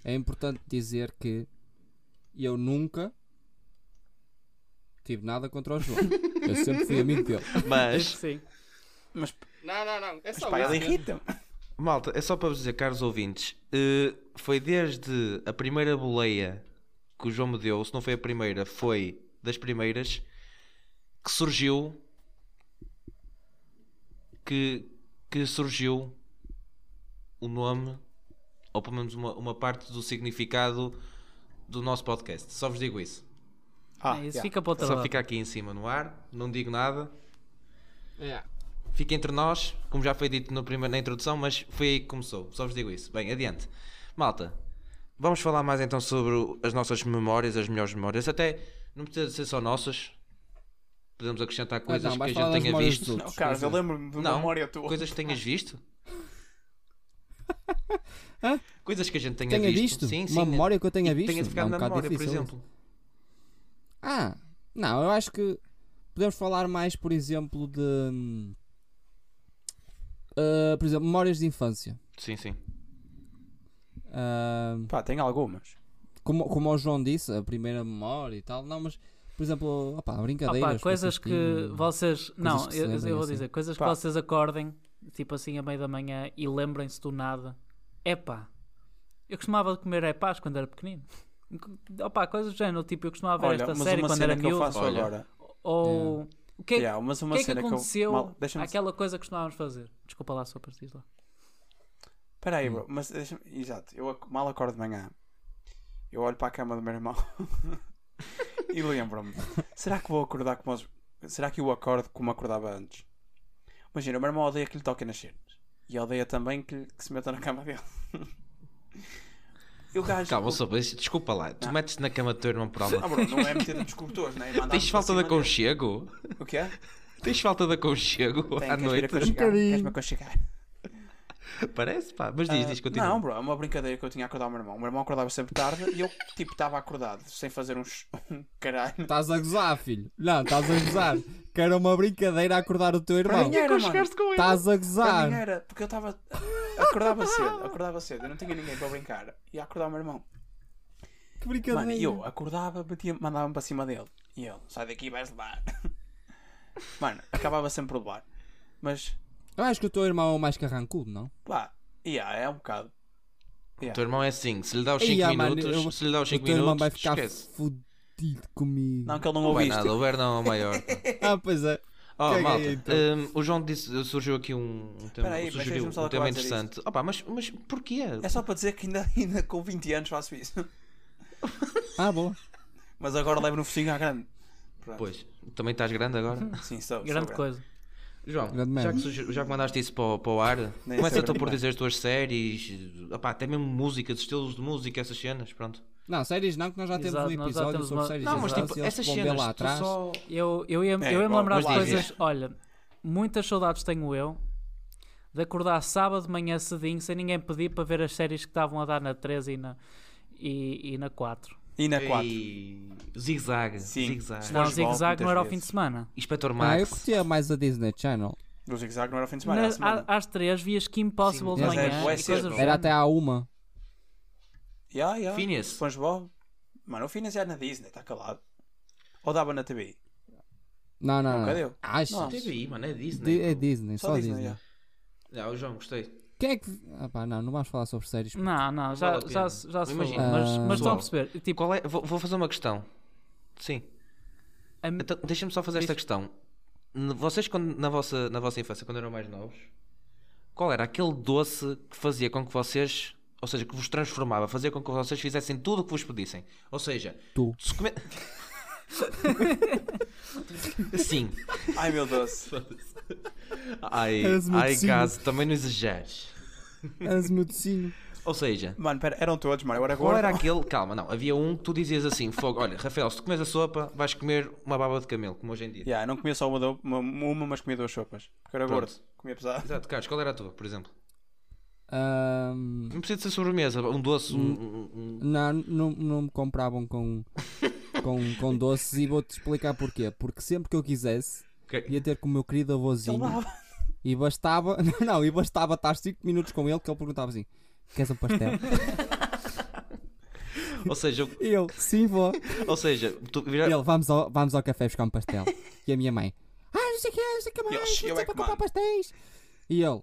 [SPEAKER 3] É importante dizer que. Eu nunca. Tive nada contra o João. Eu sempre fui amigo dele.
[SPEAKER 4] Diz que
[SPEAKER 1] Mas,
[SPEAKER 4] É Sim.
[SPEAKER 2] Mas,
[SPEAKER 3] Não, não, não. É
[SPEAKER 2] mas pá, ele irrita-me.
[SPEAKER 1] malta, é só para vos dizer, caros ouvintes, eh, foi desde a primeira boleia que o João me deu, se não foi a primeira, foi das primeiras, que surgiu. Que, que surgiu o nome, ou pelo menos uma, uma parte do significado do nosso podcast. Só vos digo isso.
[SPEAKER 2] Ah,
[SPEAKER 4] É, isso
[SPEAKER 2] já.
[SPEAKER 4] fica para o
[SPEAKER 1] Só
[SPEAKER 4] trabalho.
[SPEAKER 1] fica aqui em cima no ar, não digo nada.
[SPEAKER 4] É.
[SPEAKER 1] Fica entre nós, como já foi dito no primeiro, na introdução, mas foi aí que começou. Só vos digo isso. Bem, adiante. Malta, vamos falar mais então sobre o- as nossas memórias, as melhores memórias. Até não precisa ser só nossas. Podemos acrescentar coisas
[SPEAKER 3] não,
[SPEAKER 1] que a
[SPEAKER 3] vais
[SPEAKER 1] gente
[SPEAKER 3] falar das
[SPEAKER 1] tenha
[SPEAKER 3] memórias dos
[SPEAKER 1] visto.
[SPEAKER 2] Não,
[SPEAKER 3] outros.
[SPEAKER 2] Carlos, eu
[SPEAKER 3] Pois é.
[SPEAKER 2] lembro-me de uma
[SPEAKER 1] Não,
[SPEAKER 2] memória tua.
[SPEAKER 1] coisas que tenhas visto.
[SPEAKER 3] (laughs) Hã?
[SPEAKER 1] Coisas que a gente tenha,
[SPEAKER 3] Tenha
[SPEAKER 1] visto.
[SPEAKER 3] visto?
[SPEAKER 1] Sim,
[SPEAKER 3] Uma
[SPEAKER 1] sim.
[SPEAKER 3] memória que eu tenha
[SPEAKER 1] E que
[SPEAKER 3] visto?
[SPEAKER 1] Tenha ficado
[SPEAKER 3] É um
[SPEAKER 1] na
[SPEAKER 3] bocado
[SPEAKER 1] memória, por
[SPEAKER 3] difícil isso.
[SPEAKER 1] exemplo.
[SPEAKER 3] Ah, não, eu acho que podemos falar mais, por exemplo, de. hum, ah, por exemplo, memórias de infância.
[SPEAKER 1] Sim, sim.
[SPEAKER 3] Ah,
[SPEAKER 2] Pá, tem algumas.
[SPEAKER 3] como, como o João disse, a primeira memória e tal. Não, mas, por exemplo, opá, brincadeiras.
[SPEAKER 4] Opa, coisas
[SPEAKER 3] vocês
[SPEAKER 4] que
[SPEAKER 3] tinham.
[SPEAKER 4] vocês. Não,
[SPEAKER 3] que se
[SPEAKER 4] eu,
[SPEAKER 3] lembrem,
[SPEAKER 4] eu vou
[SPEAKER 3] assim.
[SPEAKER 4] dizer, coisas
[SPEAKER 2] Pá.
[SPEAKER 4] que vocês acordem, tipo assim, a meio da manhã e lembrem-se do nada. Epá, eu costumava comer epás quando era pequenino. Opa, coisas do género, tipo, eu costumava ver
[SPEAKER 2] Olha,
[SPEAKER 4] esta
[SPEAKER 2] mas
[SPEAKER 4] série
[SPEAKER 2] uma
[SPEAKER 4] quando
[SPEAKER 2] cena
[SPEAKER 4] era
[SPEAKER 2] que eu
[SPEAKER 4] miúdo.
[SPEAKER 2] faço
[SPEAKER 1] Olha.
[SPEAKER 2] agora.
[SPEAKER 4] Ou. O que é,
[SPEAKER 2] Já, mas
[SPEAKER 4] o
[SPEAKER 2] uma
[SPEAKER 4] que, é que
[SPEAKER 2] cena
[SPEAKER 4] aconteceu
[SPEAKER 2] eu... Mal, deixa-me
[SPEAKER 4] àquela coisa que costumávamos fazer? Desculpa lá, só para dizer lá.
[SPEAKER 2] Espera
[SPEAKER 1] Hum.
[SPEAKER 2] aí, bro, mas deixa-me. Exato, eu ac- mal acordo de manhã. Eu olho para a cama do meu irmão (laughs) e lembro-me: será que vou acordar como os... Será que eu acordo como acordava antes? Imagina, o meu irmão odeia que lhe toquem nas cenas e odeia também que, que se meta na cama dele. (laughs) e o gajo.
[SPEAKER 1] Calma, só, mas desculpa lá. Tu
[SPEAKER 2] Não.
[SPEAKER 1] metes na cama do teu irmão por
[SPEAKER 2] Ah,
[SPEAKER 1] alguma
[SPEAKER 2] bro, não é meter nos corretores, não é? Mandar-me
[SPEAKER 1] Tens
[SPEAKER 2] para
[SPEAKER 1] falta de
[SPEAKER 2] cima dele.
[SPEAKER 1] aconchego?
[SPEAKER 2] O que é?
[SPEAKER 1] Tens falta de aconchego à
[SPEAKER 2] Tem, queres vir
[SPEAKER 1] noite?
[SPEAKER 2] aconchegar? Queres-me aconchegar?
[SPEAKER 1] (laughs) Parece, pá. Mas diz,
[SPEAKER 2] Ah,
[SPEAKER 1] diz, continua.
[SPEAKER 2] Não, bro, é uma brincadeira que eu tinha a acordar o meu irmão. O meu irmão acordava sempre tarde e eu, tipo, estava acordado, sem fazer uns. (laughs) um caralho.
[SPEAKER 3] Estás a gozar, filho. Não, estás a gozar. Que era uma brincadeira a acordar o teu irmão.
[SPEAKER 2] era,
[SPEAKER 3] Estás
[SPEAKER 2] mano.
[SPEAKER 3] a
[SPEAKER 2] é- Para mim é-
[SPEAKER 3] gozar.
[SPEAKER 2] era, porque eu estava. acordava cedo, acordava cedo, eu não tinha ninguém para brincar. E acordar o meu irmão.
[SPEAKER 3] Que
[SPEAKER 2] Mano,
[SPEAKER 3] brincadeira.
[SPEAKER 2] e eu acordava, batia, mandava-me para cima dele. E ele, sai daqui, vais levar. (laughs) Mano, acabava sempre por levar. Mas,
[SPEAKER 3] Eu acho que o teu irmão é o mais carrancudo, não?
[SPEAKER 2] pá, yeah, é um bocado.
[SPEAKER 1] O teu irmão é assim, se lhe dá os 5
[SPEAKER 2] ah,
[SPEAKER 3] Ia, mano,
[SPEAKER 1] minutos,
[SPEAKER 3] eu-
[SPEAKER 1] se lhe dá os
[SPEAKER 3] o
[SPEAKER 1] 5
[SPEAKER 3] teu irmão
[SPEAKER 1] minutos,
[SPEAKER 3] vai ficar
[SPEAKER 1] esquece.
[SPEAKER 3] fudido comigo.
[SPEAKER 2] Não, que ele não, tipo,
[SPEAKER 1] Não vai
[SPEAKER 2] ouve
[SPEAKER 1] nada,
[SPEAKER 2] isto.
[SPEAKER 1] o Bernão é o
[SPEAKER 2] (laughs)
[SPEAKER 1] maior.
[SPEAKER 3] (laughs) Ah, pois é.
[SPEAKER 1] Oh,
[SPEAKER 3] Caguei,
[SPEAKER 1] malta,
[SPEAKER 3] então.
[SPEAKER 1] hum, o João disse, surgiu aqui um, um tema,
[SPEAKER 2] Peraí, mas
[SPEAKER 1] sugeriu
[SPEAKER 2] deixa-me só
[SPEAKER 1] um tema
[SPEAKER 2] acabar de dizer
[SPEAKER 1] interessante. Opa, mas, mas porquê?
[SPEAKER 2] É só para dizer que ainda, (laughs) ainda com 20 anos faço isso.
[SPEAKER 3] Ah, boa.
[SPEAKER 2] Mas agora levo no focinho à grande. Pronto.
[SPEAKER 1] Pois, também estás grande agora.
[SPEAKER 2] Sim, sou. sou
[SPEAKER 4] Grande coisa.
[SPEAKER 1] João,
[SPEAKER 3] Grande
[SPEAKER 1] já
[SPEAKER 3] merda.
[SPEAKER 1] que, suge- já que mandaste isso para, o- para o ar,
[SPEAKER 2] Nem
[SPEAKER 1] começa
[SPEAKER 2] sei
[SPEAKER 1] tu por
[SPEAKER 2] brincar.
[SPEAKER 1] dizer as tuas séries, opá, até mesmo músicas, estilos de música, essas cenas, pronto.
[SPEAKER 3] Não, séries não, que nós já temos
[SPEAKER 4] Exato,
[SPEAKER 3] um
[SPEAKER 4] nós já
[SPEAKER 3] episódio
[SPEAKER 4] temos
[SPEAKER 3] sobre
[SPEAKER 4] uma-
[SPEAKER 3] séries.
[SPEAKER 1] Não, mas
[SPEAKER 3] exato,
[SPEAKER 1] tipo,
[SPEAKER 3] eles
[SPEAKER 1] essas
[SPEAKER 3] vão ver
[SPEAKER 1] cenas,
[SPEAKER 3] lá
[SPEAKER 1] tu
[SPEAKER 3] atrás.
[SPEAKER 1] só...
[SPEAKER 4] Eu, eu ia,
[SPEAKER 2] É,
[SPEAKER 4] eu ia me
[SPEAKER 2] bom,
[SPEAKER 4] lembrar de
[SPEAKER 1] mas diz,
[SPEAKER 4] coisas. Olha, muitas saudades tenho eu de acordar sábado de manhã cedinho sem ninguém pedir para ver as séries que estavam a dar na 3 e na, e, e na 4.
[SPEAKER 2] E na 4.
[SPEAKER 1] Ei, Zig-zag,
[SPEAKER 2] Sim.
[SPEAKER 1] zig-zag.
[SPEAKER 4] Não,
[SPEAKER 2] Nós
[SPEAKER 4] zigue-zague
[SPEAKER 2] volto
[SPEAKER 4] não era ao fim
[SPEAKER 2] muitas
[SPEAKER 4] de semana.
[SPEAKER 1] Inspector
[SPEAKER 3] Ah, eu
[SPEAKER 1] Max.
[SPEAKER 3] curtia mais a Disney Channel.
[SPEAKER 2] O zig-zag não era o fim de semana,
[SPEAKER 4] Na-
[SPEAKER 2] era a semana.
[SPEAKER 4] a- às 3 vias Kim Possible de
[SPEAKER 3] Sim, mas
[SPEAKER 4] manhã.
[SPEAKER 2] é bué
[SPEAKER 4] e
[SPEAKER 2] cedo.
[SPEAKER 4] coisas do
[SPEAKER 3] Era
[SPEAKER 4] género.
[SPEAKER 3] até à uma.
[SPEAKER 2] Yeah, yeah.
[SPEAKER 1] Phineas.
[SPEAKER 2] SpongeBob. Mano, o Phineas era na Disney, está calado. Ou dava na TV?
[SPEAKER 3] Não, não,
[SPEAKER 2] Nunca
[SPEAKER 3] não.
[SPEAKER 2] deu.
[SPEAKER 3] Acho.
[SPEAKER 2] Não.
[SPEAKER 1] TVI, mano, é Disney.
[SPEAKER 3] Di- É Disney,
[SPEAKER 2] Só
[SPEAKER 3] só
[SPEAKER 2] Disney,
[SPEAKER 3] Disney.
[SPEAKER 2] yeah.
[SPEAKER 1] Ah, o João, gostei.
[SPEAKER 3] Quem é que. Ah, pá, não, não vamos falar sobre séries.
[SPEAKER 4] Não, não, já,
[SPEAKER 1] vale a
[SPEAKER 4] já,
[SPEAKER 1] pena.
[SPEAKER 4] se- já se falou.
[SPEAKER 1] Imagina.
[SPEAKER 4] Mas, mas estão a
[SPEAKER 1] Ah,
[SPEAKER 4] perceber. Tipo,
[SPEAKER 1] Qual é? Vou, vou fazer uma questão. Sim.
[SPEAKER 4] a mi-
[SPEAKER 1] Então, deixa-me só fazer esta questão. N- Vocês, quando, na, vossa, na vossa infância, quando eram mais novos, qual era aquele doce que fazia com que vocês, ou seja, que
[SPEAKER 3] (laughs)
[SPEAKER 1] vos transformava, fazia com que vocês fizessem tudo o que vos pedissem? Ou seja,
[SPEAKER 3] Tu.
[SPEAKER 1] se come- Sim.
[SPEAKER 2] Ai meu doce.
[SPEAKER 1] Ai,
[SPEAKER 3] És muito
[SPEAKER 1] ai
[SPEAKER 3] cínico.
[SPEAKER 1] caso, também não exageres.
[SPEAKER 3] És
[SPEAKER 1] (laughs)
[SPEAKER 3] meu docinho.
[SPEAKER 1] Ou seja,
[SPEAKER 2] Mano, pera, eram todos, mano. Eu era
[SPEAKER 1] qual
[SPEAKER 2] gordo.
[SPEAKER 1] era aquele. Calma, não. Havia um que tu dizias assim: fogo, olha, Rafael, se tu comes a sopa, vais comer uma baba de camelo, como hoje em dia.
[SPEAKER 2] Yeah, eu não comia só uma, do- uma, uma, mas comia duas sopas. Porque eu era
[SPEAKER 1] Pronto.
[SPEAKER 2] gordo. Comia pesado.
[SPEAKER 1] Exato, Carlos, qual era a tua, por exemplo?
[SPEAKER 3] Ahm,
[SPEAKER 1] Não precisa de ser sobremesa, um doce, um-
[SPEAKER 3] Hum.
[SPEAKER 1] um- um-
[SPEAKER 3] não, não, não me compravam com, com,
[SPEAKER 2] (laughs)
[SPEAKER 3] com doces e vou-te explicar porquê. Porque sempre que eu quisesse,
[SPEAKER 1] Ok.
[SPEAKER 3] ia ter com o meu querido avôzinho e bastava, (laughs) não, não, e bastava estar 5 minutos com ele que ele perguntava assim: Queres um pastel?
[SPEAKER 1] Ou seja,
[SPEAKER 3] E eu, sim, vou.
[SPEAKER 1] ou seja, tu
[SPEAKER 3] E
[SPEAKER 1] vira-
[SPEAKER 3] ele, vamos ao, vamos ao café buscar um pastel. E a minha mãe, ah, não sei o que, não sei o que
[SPEAKER 2] eu,
[SPEAKER 3] mais,
[SPEAKER 2] eu
[SPEAKER 3] não
[SPEAKER 2] é
[SPEAKER 3] sei
[SPEAKER 2] que
[SPEAKER 3] para comprar
[SPEAKER 2] mando.
[SPEAKER 3] pastéis. E ele,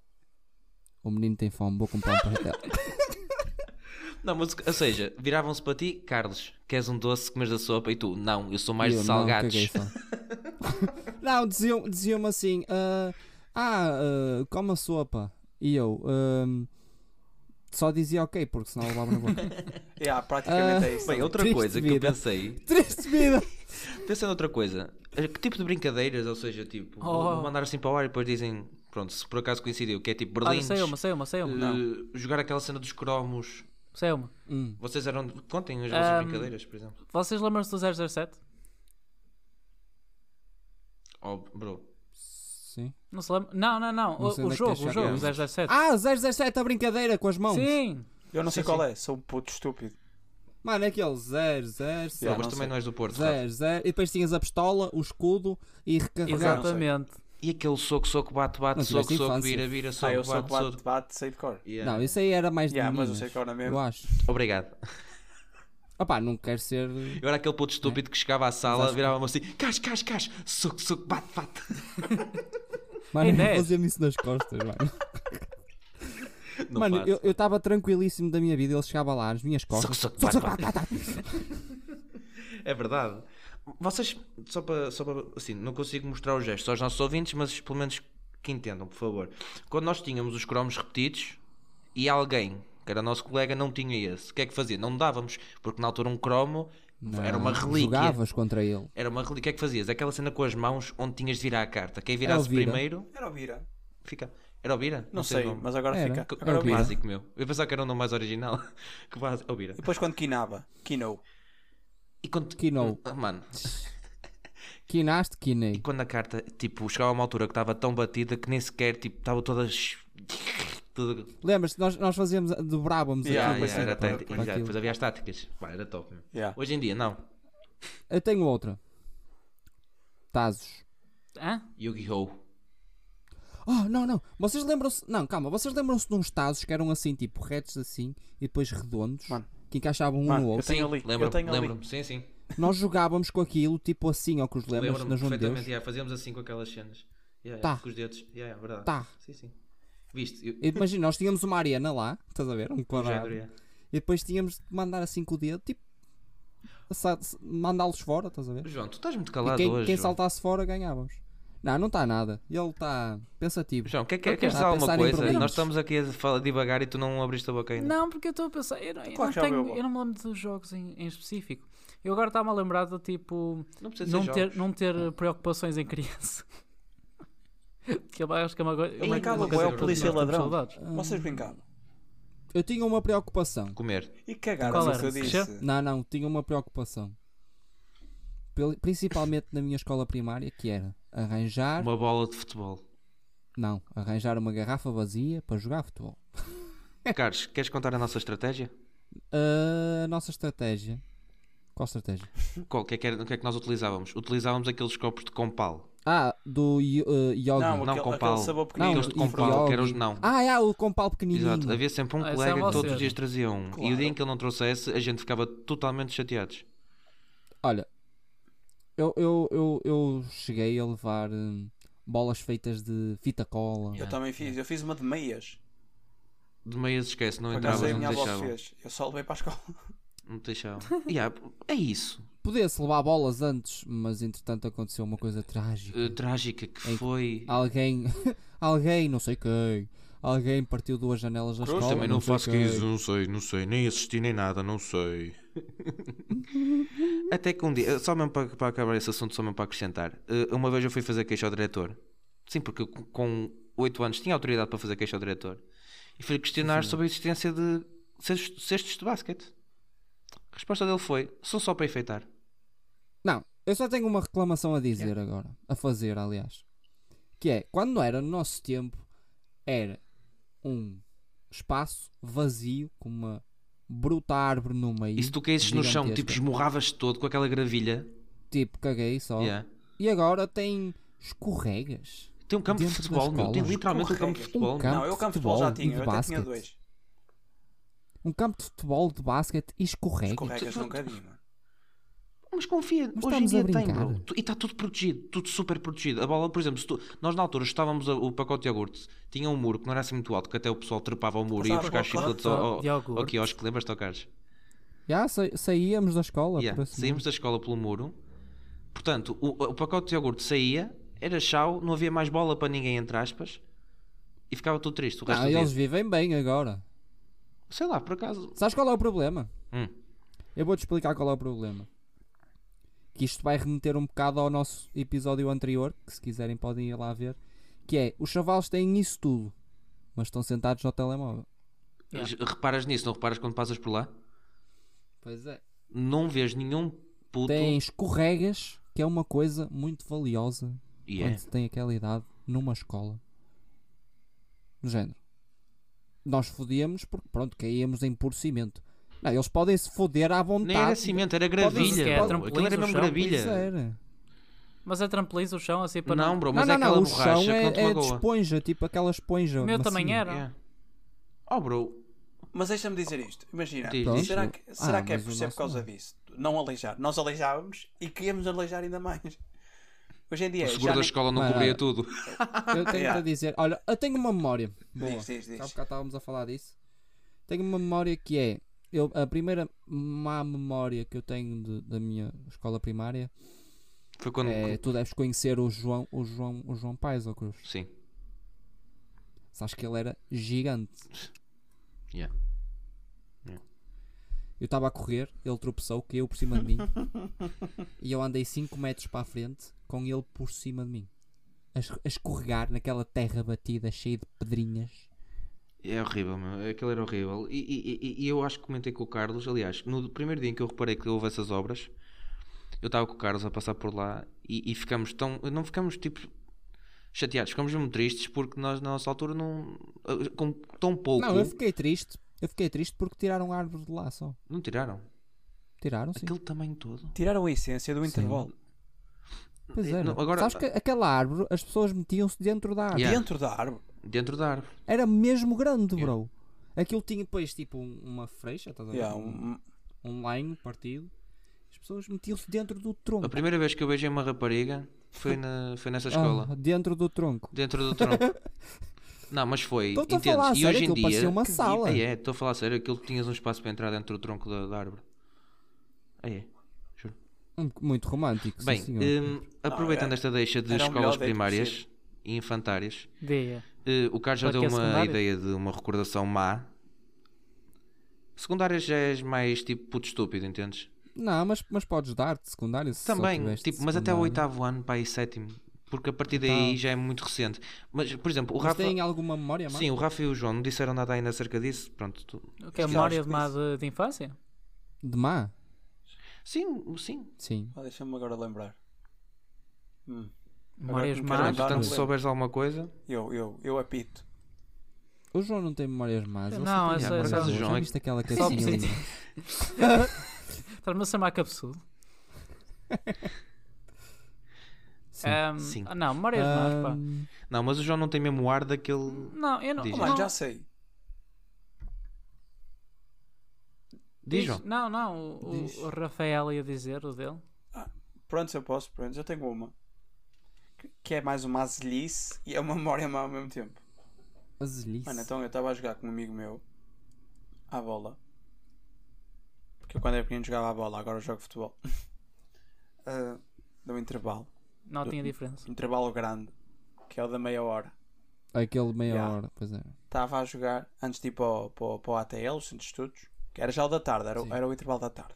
[SPEAKER 3] o menino tem fome, vou comprar um pastel.
[SPEAKER 1] não, mas, ou seja, viravam-se para ti, Carlos, queres um doce, comes da sopa e tu, não, é eu sou mais
[SPEAKER 3] E eu,
[SPEAKER 1] de
[SPEAKER 3] "Não,
[SPEAKER 1] salgados.
[SPEAKER 3] caguei só." (laughs) não, diziam- diziam-me assim: "Ah, Ah, ah, come a sopa. E eu ahm, só dizia ok, porque senão levava na boca.
[SPEAKER 2] Yeah, praticamente é isso.
[SPEAKER 1] Bem, outra
[SPEAKER 3] Triste
[SPEAKER 1] coisa que eu
[SPEAKER 3] vida.
[SPEAKER 1] pensei,
[SPEAKER 3] Triste vida!
[SPEAKER 1] pensando outra coisa, eh, que tipo de brincadeiras, ou seja, tipo,
[SPEAKER 4] Oh.
[SPEAKER 1] mandar assim para o ar e depois dizem, pronto, se por acaso coincidiu, que é tipo
[SPEAKER 4] Olha,
[SPEAKER 1] Berlim,
[SPEAKER 4] sei uma, sei uma, sei uma.
[SPEAKER 1] jogar aquela cena dos cromos,
[SPEAKER 4] Sei uma.
[SPEAKER 3] Hum,
[SPEAKER 1] vocês eram, contem as vossas
[SPEAKER 4] Ahm.
[SPEAKER 1] brincadeiras, por exemplo.
[SPEAKER 4] Vocês lembram-se do 007?
[SPEAKER 1] Oh, bro,
[SPEAKER 3] sim.
[SPEAKER 4] Não se lembra? Não, não, não.
[SPEAKER 3] Não sei
[SPEAKER 4] O, o
[SPEAKER 3] onde é que
[SPEAKER 4] jogo,
[SPEAKER 3] queres
[SPEAKER 4] o
[SPEAKER 3] chegar.
[SPEAKER 4] jogo, o 007.
[SPEAKER 3] Ah, 007, a brincadeira com as mãos.
[SPEAKER 4] Sim!
[SPEAKER 2] Eu não sei
[SPEAKER 1] Sim,
[SPEAKER 2] qual
[SPEAKER 1] sim.
[SPEAKER 2] é, sou um puto estúpido.
[SPEAKER 3] Mano, é aquele 007.
[SPEAKER 2] Yeah,
[SPEAKER 1] mas
[SPEAKER 2] não
[SPEAKER 1] também
[SPEAKER 2] sei.
[SPEAKER 1] não és do Porto, Rafa.
[SPEAKER 3] Zero, zero. E depois tinhas a pistola, o escudo e recarregar.
[SPEAKER 2] Exato.
[SPEAKER 4] Exatamente.
[SPEAKER 1] E aquele soco, soco, bate, bate,
[SPEAKER 3] Não
[SPEAKER 1] soco,
[SPEAKER 3] tiveste
[SPEAKER 1] soco,
[SPEAKER 3] infância.
[SPEAKER 1] vira, vira,
[SPEAKER 2] Ah,
[SPEAKER 1] soco,
[SPEAKER 2] eu
[SPEAKER 1] bate,
[SPEAKER 2] sou
[SPEAKER 1] soco.
[SPEAKER 2] bate, bate, sei de cor.
[SPEAKER 1] Yeah.
[SPEAKER 3] (laughs) Não, isso aí era mais de
[SPEAKER 2] Yeah, mas eu
[SPEAKER 3] meninas,
[SPEAKER 2] sei que era
[SPEAKER 3] eu
[SPEAKER 2] mesmo.
[SPEAKER 3] acho.
[SPEAKER 1] Obrigado.
[SPEAKER 3] Opá, não quero ser.
[SPEAKER 1] Eu era aquele puto
[SPEAKER 3] Né?
[SPEAKER 1] estúpido que chegava à sala, virava-me assim, cas, cas, cas, soco, soco, bate, bate. (laughs)
[SPEAKER 3] Mano,
[SPEAKER 4] Ainda és.
[SPEAKER 3] fazia-me isso nas costas, mano.
[SPEAKER 1] Não
[SPEAKER 3] Mano,
[SPEAKER 1] faço.
[SPEAKER 3] eu eu estava tranquilíssimo da minha vida, ele chegava lá nas minhas
[SPEAKER 1] Soco,
[SPEAKER 3] costas.
[SPEAKER 1] soco,
[SPEAKER 3] Soco,
[SPEAKER 1] bate,
[SPEAKER 3] soco,
[SPEAKER 1] bate.
[SPEAKER 2] tá,
[SPEAKER 3] bate, bate.
[SPEAKER 1] É verdade. Vocês, só para, só para, assim, não consigo mostrar o gesto aos nossos ouvintes, mas pelo menos que entendam, por favor. Quando nós tínhamos os cromos repetidos e alguém, que era nosso colega, não tinha esse, o que é que fazia? Não dávamos, porque na altura um cromo era uma
[SPEAKER 3] Não,
[SPEAKER 1] relíquia.
[SPEAKER 3] Jogavas contra ele.
[SPEAKER 1] Era uma relíquia. O que é que fazias? Aquela cena com as mãos onde tinhas de virar a carta. Quem virasse
[SPEAKER 3] Elvira.
[SPEAKER 1] primeiro,
[SPEAKER 2] Era o Vira.
[SPEAKER 1] fica. Era o Vira?
[SPEAKER 2] Não, sei,
[SPEAKER 1] o nome.
[SPEAKER 2] mas agora
[SPEAKER 3] Era.
[SPEAKER 2] fica.
[SPEAKER 1] Co-
[SPEAKER 2] Era
[SPEAKER 1] Era o
[SPEAKER 3] Elvira.
[SPEAKER 1] básico meu. Eu pensava que era o nome mais original. (laughs) que básico. É o Vira.
[SPEAKER 2] E depois quando quinava, quinou.
[SPEAKER 1] E quando.
[SPEAKER 3] Quinou.
[SPEAKER 1] Ah, Mano,
[SPEAKER 3] Quinaste, quinei.
[SPEAKER 1] E quando a carta, tipo, chegava a uma altura que estava tão batida que nem sequer, tipo, estava toda... ch- toda-
[SPEAKER 3] Lembras-te, nós, nós fazíamos, dobrávamos
[SPEAKER 2] Yeah,
[SPEAKER 1] Ah,
[SPEAKER 3] aquilo
[SPEAKER 1] yeah,
[SPEAKER 3] assim,
[SPEAKER 1] era
[SPEAKER 3] para-
[SPEAKER 1] até-
[SPEAKER 3] para
[SPEAKER 1] já,
[SPEAKER 3] aquilo.
[SPEAKER 1] depois havia as táticas. Pá, era top mesmo.
[SPEAKER 2] Yeah.
[SPEAKER 1] Hoje em dia, não.
[SPEAKER 3] Eu tenho outra. Tazos.
[SPEAKER 4] Hã?
[SPEAKER 1] Yu-Gi-Oh!
[SPEAKER 3] Oh, não, não. Vocês lembram-se. Não, calma. Vocês lembram-se de uns tazos que eram assim, tipo retos assim e depois redondos
[SPEAKER 2] Mano.
[SPEAKER 3] que encaixavam um
[SPEAKER 2] Mano,
[SPEAKER 3] no
[SPEAKER 2] eu
[SPEAKER 3] outro.
[SPEAKER 2] tenho ali, eu
[SPEAKER 1] lembro-me,
[SPEAKER 2] tenho ali.
[SPEAKER 1] lembro-me. Sim, sim.
[SPEAKER 3] Nós jogávamos com aquilo, tipo assim, ao que os lembras,
[SPEAKER 1] Lembro-me
[SPEAKER 3] na João de Deus.
[SPEAKER 1] perfeitamente. Yeah, fazíamos assim com aquelas cenas. Yeah, yeah,
[SPEAKER 3] Tá.
[SPEAKER 1] Com os dedos. Yeah, yeah, verdade.
[SPEAKER 3] Tá.
[SPEAKER 1] Sim, sim. Viste? Eu...
[SPEAKER 3] Imagina, nós tínhamos uma arena lá, estás a ver? Um
[SPEAKER 1] o
[SPEAKER 3] quadrado.
[SPEAKER 1] género, yeah.
[SPEAKER 3] E depois tínhamos de mandar assim com o dedo, tipo, sa- mandá-los fora, estás a ver?
[SPEAKER 1] João, tu estás muito
[SPEAKER 3] E
[SPEAKER 1] calado
[SPEAKER 3] quem,
[SPEAKER 1] hoje.
[SPEAKER 3] quem
[SPEAKER 1] João.
[SPEAKER 3] saltasse fora ganhávamos. Não, não está nada. Ele está pensativo.
[SPEAKER 1] João, quer, quer,
[SPEAKER 4] Ok.
[SPEAKER 1] queres dizer
[SPEAKER 3] Ah,
[SPEAKER 1] alguma
[SPEAKER 3] pensar em
[SPEAKER 1] coisa?
[SPEAKER 3] problemas.
[SPEAKER 1] Nós estamos aqui a falar devagar e tu não abriste a boca ainda.
[SPEAKER 4] Não, porque eu estou a pensar. Eu, não- eu
[SPEAKER 2] Claro é que já
[SPEAKER 4] não tenho-
[SPEAKER 2] ouviu, bom.
[SPEAKER 4] eu não me lembro dos jogos em, em específico. Eu agora estava a lembrar do tipo.
[SPEAKER 1] Não precisa ser
[SPEAKER 4] Não
[SPEAKER 1] jogos.
[SPEAKER 4] ter, não ter preocupações em criança. (laughs) que eu acho que é uma coisa.
[SPEAKER 1] Ei,
[SPEAKER 4] uma
[SPEAKER 1] cala
[SPEAKER 4] coisa
[SPEAKER 1] a boca,
[SPEAKER 4] que
[SPEAKER 1] é o
[SPEAKER 4] nós
[SPEAKER 2] polícia
[SPEAKER 4] temos
[SPEAKER 2] ladrão.
[SPEAKER 4] saudades.
[SPEAKER 2] Vocês brincavam.
[SPEAKER 3] Eu tinha uma preocupação.
[SPEAKER 1] Comer.
[SPEAKER 2] E cagaram
[SPEAKER 4] Qual
[SPEAKER 2] no
[SPEAKER 4] era?
[SPEAKER 2] que eu disse.
[SPEAKER 4] Crescer?
[SPEAKER 3] Não, não, tinha uma preocupação. Pel- Principalmente na minha escola primária, que era arranjar.
[SPEAKER 1] Uma bola de futebol.
[SPEAKER 3] Não, arranjar uma garrafa vazia para jogar futebol.
[SPEAKER 1] Carlos, queres contar a nossa estratégia?
[SPEAKER 3] A nossa estratégia. Qual estratégia?
[SPEAKER 1] Qual, o, que é que era- o que é que nós utilizávamos? Utilizávamos aqueles copos de compal.
[SPEAKER 3] Ah, do yo- eh, Yogi.
[SPEAKER 2] Não,
[SPEAKER 1] Não,
[SPEAKER 2] aquele,
[SPEAKER 1] com
[SPEAKER 2] aquele
[SPEAKER 1] pau.
[SPEAKER 2] sabor
[SPEAKER 3] Não,
[SPEAKER 2] pequenino.
[SPEAKER 1] aqueles de
[SPEAKER 3] e
[SPEAKER 1] compal,
[SPEAKER 3] Yogi.
[SPEAKER 1] que eram os não.
[SPEAKER 3] Ah, é, o com pau pequenininho.
[SPEAKER 1] Exato, havia sempre um
[SPEAKER 4] Ah, isso
[SPEAKER 1] colega
[SPEAKER 4] é
[SPEAKER 1] que
[SPEAKER 4] você.
[SPEAKER 1] todos os dias trazia um. E o
[SPEAKER 2] Claro.
[SPEAKER 1] dia em que ele não trouxesse, a gente ficava totalmente chateados.
[SPEAKER 3] Olha, eu, eu, eu, eu cheguei a levar hum, bolas feitas de fita cola.
[SPEAKER 2] Eu também fiz, eu fiz uma de meias.
[SPEAKER 1] De meias esquece, não
[SPEAKER 2] Por acaso
[SPEAKER 1] entrava,
[SPEAKER 2] é a
[SPEAKER 1] não
[SPEAKER 2] minha avó
[SPEAKER 1] deixavam.
[SPEAKER 2] fez. Eu só levei para a escola.
[SPEAKER 1] Não deixavam. (laughs) Yeah, é isso.
[SPEAKER 3] Podia-se levar bolas antes, mas entretanto aconteceu uma coisa trágica.
[SPEAKER 1] Uh, trágica
[SPEAKER 3] É
[SPEAKER 1] que foi.
[SPEAKER 3] Alguém, (laughs) alguém, não sei quem, alguém partiu duas janelas da escola.
[SPEAKER 1] Também não é.
[SPEAKER 3] sei
[SPEAKER 1] faço
[SPEAKER 3] quem.
[SPEAKER 1] que isso, não sei, não sei. Nem assisti nem nada, não sei. (laughs) Até que um dia, só mesmo para, para acabar esse assunto, só mesmo para acrescentar, eh, uma vez eu fui fazer queixa ao diretor. Sim, porque eu com- com 8 anos tinha autoridade para fazer queixa ao diretor. E fui questionar sobre a existência de cestos, cestos de basquete. A resposta dele foi: são só para enfeitar.
[SPEAKER 3] Não, eu só tenho uma reclamação a dizer agora. A fazer, aliás. Que é, quando era no nosso tempo, era um espaço vazio com uma bruta árvore no meio.
[SPEAKER 1] E se tu caísses no chão, tipo,
[SPEAKER 3] gigantesca.
[SPEAKER 1] esmurravas todo com aquela gravilha.
[SPEAKER 3] Tipo, caguei só.
[SPEAKER 1] Yeah.
[SPEAKER 3] E agora tem escorregas.
[SPEAKER 1] Tem um campo
[SPEAKER 3] Dentro
[SPEAKER 1] de
[SPEAKER 3] das
[SPEAKER 1] futebol, meu. Tem
[SPEAKER 3] escolas,
[SPEAKER 1] literalmente um campo
[SPEAKER 2] escorregas.
[SPEAKER 1] de futebol.
[SPEAKER 3] Um
[SPEAKER 1] meu.
[SPEAKER 3] campo
[SPEAKER 2] não, eu
[SPEAKER 3] de
[SPEAKER 2] campo de futebol já
[SPEAKER 3] futebol e
[SPEAKER 2] tinha,
[SPEAKER 3] de
[SPEAKER 2] eu até tinha
[SPEAKER 3] basquete.
[SPEAKER 2] dois.
[SPEAKER 3] Um campo de futebol, de basquete e escorregas.
[SPEAKER 2] Escorregas
[SPEAKER 1] Tu-
[SPEAKER 2] nunca vi, mano.
[SPEAKER 1] Mas confia,
[SPEAKER 3] Mas
[SPEAKER 1] hoje em dia
[SPEAKER 3] estamos a
[SPEAKER 1] tem,
[SPEAKER 3] brincar.
[SPEAKER 1] bro. Tu- E está tudo protegido, tudo super protegido. A bola, por exemplo, se tu- nós na altura estávamos o pacote de iogurte, tinha um muro que não era assim muito alto, que até o pessoal trepava ao muro e ia
[SPEAKER 2] Passava
[SPEAKER 1] buscar
[SPEAKER 2] para o outro
[SPEAKER 1] chicletes ao,
[SPEAKER 4] lado.
[SPEAKER 1] ao,
[SPEAKER 4] De
[SPEAKER 1] ao,
[SPEAKER 4] iogurte.
[SPEAKER 1] quiosque. Lembras-te, ó Carlos?
[SPEAKER 3] Já sa- saíamos da escola.
[SPEAKER 1] Yeah,
[SPEAKER 3] por assim
[SPEAKER 1] Saímos da escola pelo muro. Portanto, o, o pacote de iogurte saía, era chau, não havia mais bola para ninguém, entre aspas, e ficava tudo triste. O resto
[SPEAKER 3] Não,
[SPEAKER 1] do dia.
[SPEAKER 3] Ah, eles vivem bem agora.
[SPEAKER 1] Sei lá, por acaso.
[SPEAKER 3] Sabes qual é o problema?
[SPEAKER 1] Hum.
[SPEAKER 3] Eu vou-te explicar qual é o problema. Que isto vai remeter um bocado ao nosso episódio anterior, que se quiserem podem ir lá ver, que é, os chavales têm isso tudo, mas estão sentados no telemóvel.
[SPEAKER 1] Reparas nisso, não reparas quando passas por lá?
[SPEAKER 3] Pois é.
[SPEAKER 1] Não vês nenhum puto.
[SPEAKER 3] Têm escorregas, que é uma coisa muito valiosa
[SPEAKER 1] E é.
[SPEAKER 3] quando se tem aquela idade numa escola. Do género. Nós fodíamos porque, pronto, caíamos em puro cimento. Não, eles podem se foder à vontade.
[SPEAKER 1] Nem era assim, cimento, era gravilha.
[SPEAKER 4] que é
[SPEAKER 1] bro.
[SPEAKER 4] trampolins
[SPEAKER 1] Aquilo era
[SPEAKER 4] no
[SPEAKER 1] mesmo
[SPEAKER 4] chão,
[SPEAKER 1] gravilha.
[SPEAKER 3] Pois era.
[SPEAKER 4] Mas é trampolins o chão, assim para
[SPEAKER 1] Não, bro, mas
[SPEAKER 3] é. não,
[SPEAKER 1] é
[SPEAKER 3] não,
[SPEAKER 1] aquela
[SPEAKER 3] não, o
[SPEAKER 1] borracha
[SPEAKER 3] chão
[SPEAKER 1] que não
[SPEAKER 3] é,
[SPEAKER 1] te
[SPEAKER 3] é de
[SPEAKER 1] magoa.
[SPEAKER 3] esponja, tipo aquela esponja. assim.
[SPEAKER 4] O meu
[SPEAKER 3] macia.
[SPEAKER 4] também era.
[SPEAKER 1] Yeah. Oh, bro,
[SPEAKER 2] Mas deixa-me dizer isto. Imagina,
[SPEAKER 1] Diz, diz.
[SPEAKER 2] será que, será
[SPEAKER 3] Ah,
[SPEAKER 2] que é
[SPEAKER 3] mas
[SPEAKER 2] por
[SPEAKER 3] o
[SPEAKER 2] ser por
[SPEAKER 3] nosso
[SPEAKER 2] causa
[SPEAKER 3] não.
[SPEAKER 2] disso? Não aleijar. Nós aleijávamos e queríamos aleijar ainda mais. Hoje em dia
[SPEAKER 1] o
[SPEAKER 2] já
[SPEAKER 1] seguro da
[SPEAKER 2] nem-
[SPEAKER 1] escola não
[SPEAKER 3] É, Mas,
[SPEAKER 1] cobria
[SPEAKER 3] olha,
[SPEAKER 1] tudo. (laughs)
[SPEAKER 3] Eu tenho
[SPEAKER 2] (laughs) Yeah.
[SPEAKER 3] a dizer, olha, eu tenho uma memória. Boa.
[SPEAKER 2] Diz, diz,
[SPEAKER 3] Há
[SPEAKER 2] diz.
[SPEAKER 3] bocado estávamos a falar disso. Tenho uma memória que é. Eu, a primeira má memória que eu tenho de- da minha escola primária
[SPEAKER 1] Foi quando.
[SPEAKER 3] é. Tu deves conhecer o João, o João, o João Pais, ou Cruz.
[SPEAKER 1] Sim.
[SPEAKER 3] Sabes que ele era gigante.
[SPEAKER 1] Yeah.
[SPEAKER 3] Eu estava a correr, ele tropeçou, caiu por cima de mim. e eu andei 5 metros para a frente com ele por cima de mim. A, es- a escorregar naquela terra batida, cheia de pedrinhas.
[SPEAKER 1] É horrível, meu. Aquilo era horrível. E, e- e- e eu acho que comentei com o Carlos. Aliás, no primeiro dia em que eu reparei que houve essas obras, eu estava com o Carlos a passar por lá e, e ficamos tão. Não ficamos tipo. Chateados, ficamos mesmo tristes porque nós na nossa altura não. eh, Com tão pouco.
[SPEAKER 3] Não, eu fiquei triste. Eu fiquei triste porque tiraram a árvore de lá só.
[SPEAKER 1] não tiraram.
[SPEAKER 3] Tiraram, sim.
[SPEAKER 1] Aquele tamanho todo.
[SPEAKER 2] Tiraram a essência do intervalo.
[SPEAKER 3] Pois
[SPEAKER 1] Eh,
[SPEAKER 3] era.
[SPEAKER 1] não, agora-
[SPEAKER 3] Sabes que aquela árvore, as pessoas metiam-se dentro da árvore.
[SPEAKER 1] Yeah.
[SPEAKER 2] Dentro da árvore.
[SPEAKER 1] Dentro da árvore.
[SPEAKER 3] Era mesmo grande, bro. Aquilo tinha depois tipo um- uma freixa, estás a ver?
[SPEAKER 2] Yeah, um-
[SPEAKER 3] Um line partido. As pessoas metiam-se dentro do tronco.
[SPEAKER 1] A primeira vez que eu beijei uma rapariga foi, na, foi nessa escola.
[SPEAKER 3] Ah, dentro do tronco.
[SPEAKER 1] Dentro do tronco.
[SPEAKER 3] (laughs)
[SPEAKER 1] Não, mas foi.
[SPEAKER 3] Estou-te a
[SPEAKER 1] entendes?
[SPEAKER 3] falar a
[SPEAKER 1] e
[SPEAKER 3] sério,
[SPEAKER 1] hoje em
[SPEAKER 3] aquilo parecia
[SPEAKER 1] dia.
[SPEAKER 3] uma
[SPEAKER 1] Que
[SPEAKER 3] sala.
[SPEAKER 1] Ai, é, estou a falar a sério, aquilo que tinhas um espaço para entrar dentro do tronco da, da árvore. Aí é. Juro.
[SPEAKER 3] Hum, Muito romântico, sim,
[SPEAKER 1] Bem,
[SPEAKER 3] senhor.
[SPEAKER 1] hum, aproveitando
[SPEAKER 2] Ah, era-
[SPEAKER 1] esta deixa de
[SPEAKER 2] era o melhor
[SPEAKER 1] escolas
[SPEAKER 2] date
[SPEAKER 1] primárias e infantárias,
[SPEAKER 4] Dia.
[SPEAKER 1] eh, o Carlos já
[SPEAKER 4] Para
[SPEAKER 1] deu
[SPEAKER 4] que
[SPEAKER 1] uma
[SPEAKER 4] a
[SPEAKER 3] é
[SPEAKER 4] secundária?
[SPEAKER 1] ideia de uma recordação má. Secundárias já és mais tipo puto estúpido, entendes?
[SPEAKER 3] Não, mas, mas podes dar-te secundário se só
[SPEAKER 1] Também,
[SPEAKER 3] tiveste
[SPEAKER 1] tipo, mas até o
[SPEAKER 3] secundário.
[SPEAKER 1] oitavo ano, pá, e sétimo. Porque a partir daí
[SPEAKER 2] Então-
[SPEAKER 1] já é muito recente. Mas, por exemplo, o
[SPEAKER 3] Mas
[SPEAKER 1] Rafa.
[SPEAKER 3] têm alguma memória, mano?
[SPEAKER 1] Sim, o Rafa e o João não disseram nada ainda acerca disso. Pronto, tu-
[SPEAKER 4] O que é
[SPEAKER 2] Sim,
[SPEAKER 4] memória
[SPEAKER 2] acho
[SPEAKER 4] de
[SPEAKER 2] que
[SPEAKER 4] má de, de infância?
[SPEAKER 3] De má?
[SPEAKER 1] Sim, sim.
[SPEAKER 3] Sim.
[SPEAKER 2] ah, Deixa-me agora lembrar. Hum.
[SPEAKER 4] Memórias
[SPEAKER 2] não
[SPEAKER 4] más.
[SPEAKER 2] quero lembrar.
[SPEAKER 1] Portanto,
[SPEAKER 2] Ah, então não
[SPEAKER 1] se
[SPEAKER 2] lembro.
[SPEAKER 1] souberes alguma coisa.
[SPEAKER 2] Eu, eu, eu apito.
[SPEAKER 3] O João não tem memórias más. ele só
[SPEAKER 4] Não,
[SPEAKER 3] tem
[SPEAKER 4] é só-
[SPEAKER 3] memórias
[SPEAKER 1] é só-
[SPEAKER 3] boas.
[SPEAKER 1] João é
[SPEAKER 3] Já
[SPEAKER 1] que-
[SPEAKER 3] viste aquela
[SPEAKER 4] Só por
[SPEAKER 3] cacinha?
[SPEAKER 4] Estás-me a chamar cabeçudo?
[SPEAKER 3] Sim.
[SPEAKER 4] Ahm,
[SPEAKER 1] Sim.
[SPEAKER 4] ah, Não, memórias más, pá.
[SPEAKER 3] Ahm,
[SPEAKER 1] Não, mas o João não tem mesmo o ar daquele.
[SPEAKER 4] Não, eu não.
[SPEAKER 1] Diz.
[SPEAKER 2] Oh,
[SPEAKER 4] não
[SPEAKER 2] mano, já sei.
[SPEAKER 1] Diz, João.
[SPEAKER 4] Não, não. O,
[SPEAKER 2] Diz.
[SPEAKER 4] o Rafael ia dizer o dele.
[SPEAKER 2] Pronto, eu posso. Pronto, eu tenho uma. Que- Que é mais uma azelice e é uma memória má ao mesmo tempo.
[SPEAKER 3] azelice.
[SPEAKER 2] Mano, então eu estava a jogar com um amigo meu à bola. Porque eu quando era pequeno jogava à bola, agora eu jogo futebol. (laughs) Ah, Deu um intervalo.
[SPEAKER 4] Não tinha diferença.
[SPEAKER 2] Um intervalo grande, que é o da meia hora.
[SPEAKER 3] Aquele meia
[SPEAKER 2] Yeah.
[SPEAKER 3] hora, pois é.
[SPEAKER 2] Estava a jogar antes de ir para o, para, o- para o ATL, os centros de estudos, que era já o da tarde, era, o-
[SPEAKER 3] Sim.
[SPEAKER 2] era o intervalo da tarde.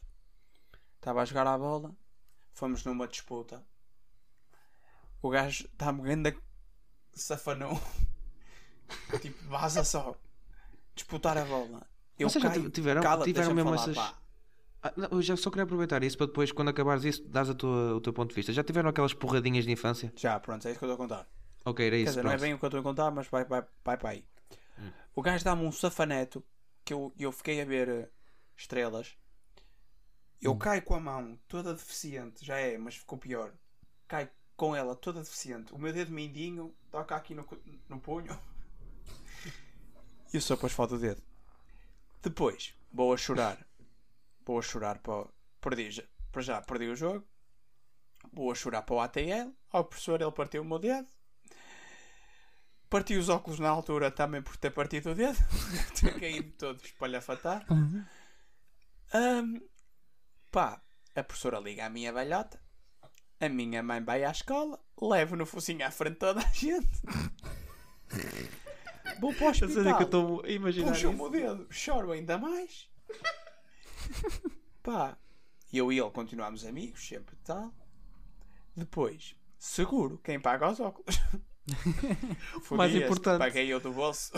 [SPEAKER 2] Estava a jogar à bola. Fomos numa disputa. O gajo está-me grande safanão. (laughs) tipo, vaza só. Disputar a bola. Eu
[SPEAKER 1] Vocês já
[SPEAKER 2] caio,
[SPEAKER 1] tiveram-
[SPEAKER 2] cala,
[SPEAKER 1] tiveram
[SPEAKER 2] deixa-me
[SPEAKER 1] mesmo
[SPEAKER 2] falar,
[SPEAKER 1] essas-
[SPEAKER 2] pá.
[SPEAKER 1] Ah, não, eu já só queria aproveitar isso para depois, quando acabares isso, dás a tua- o teu ponto de vista. Já tiveram aquelas porradinhas de infância?
[SPEAKER 2] Já, pronto, é isso que eu estou a contar.
[SPEAKER 1] Ok, era
[SPEAKER 2] Quer
[SPEAKER 1] isso.
[SPEAKER 2] dizer, não é
[SPEAKER 1] pronto. Hum.
[SPEAKER 2] bem o que eu estou a contar, mas vai, vai, vai para aí. O gajo dá-me um safaneto que eu, eu fiquei a ver eh, estrelas. Eu
[SPEAKER 1] Hum.
[SPEAKER 2] caio com a mão toda deficiente, já é, mas ficou pior. Caio com ela toda deficiente. O meu dedo mindinho toca aqui no, cu- no punho. (laughs) E eu só pôs falta o dedo. Depois, vou a chorar. Vou a chorar para. o- Perdi, já- para já perdi o jogo. Vou a chorar para o ATL. Ao professor, ele partiu o meu dedo. Parti os óculos na altura também por ter partido o dedo. (laughs) Tinha caído todo espalhafatar. Ahm, pá, a professora liga à minha velhota. A minha mãe vai à escola. Levo no focinho à frente toda a
[SPEAKER 1] (laughs)
[SPEAKER 2] gente. Vou para o
[SPEAKER 1] Estás a dizer que eu
[SPEAKER 2] hospital.
[SPEAKER 1] estou a imaginar
[SPEAKER 2] Puxa o
[SPEAKER 1] isso?
[SPEAKER 2] meu dedo, choro ainda mais. Pá, eu e ele continuámos amigos, sempre tal. Depois, seguro, quem paga
[SPEAKER 1] (laughs)
[SPEAKER 2] os óculos?
[SPEAKER 1] mais
[SPEAKER 2] Fodias,
[SPEAKER 1] importante.
[SPEAKER 2] Paguei eu do bolso.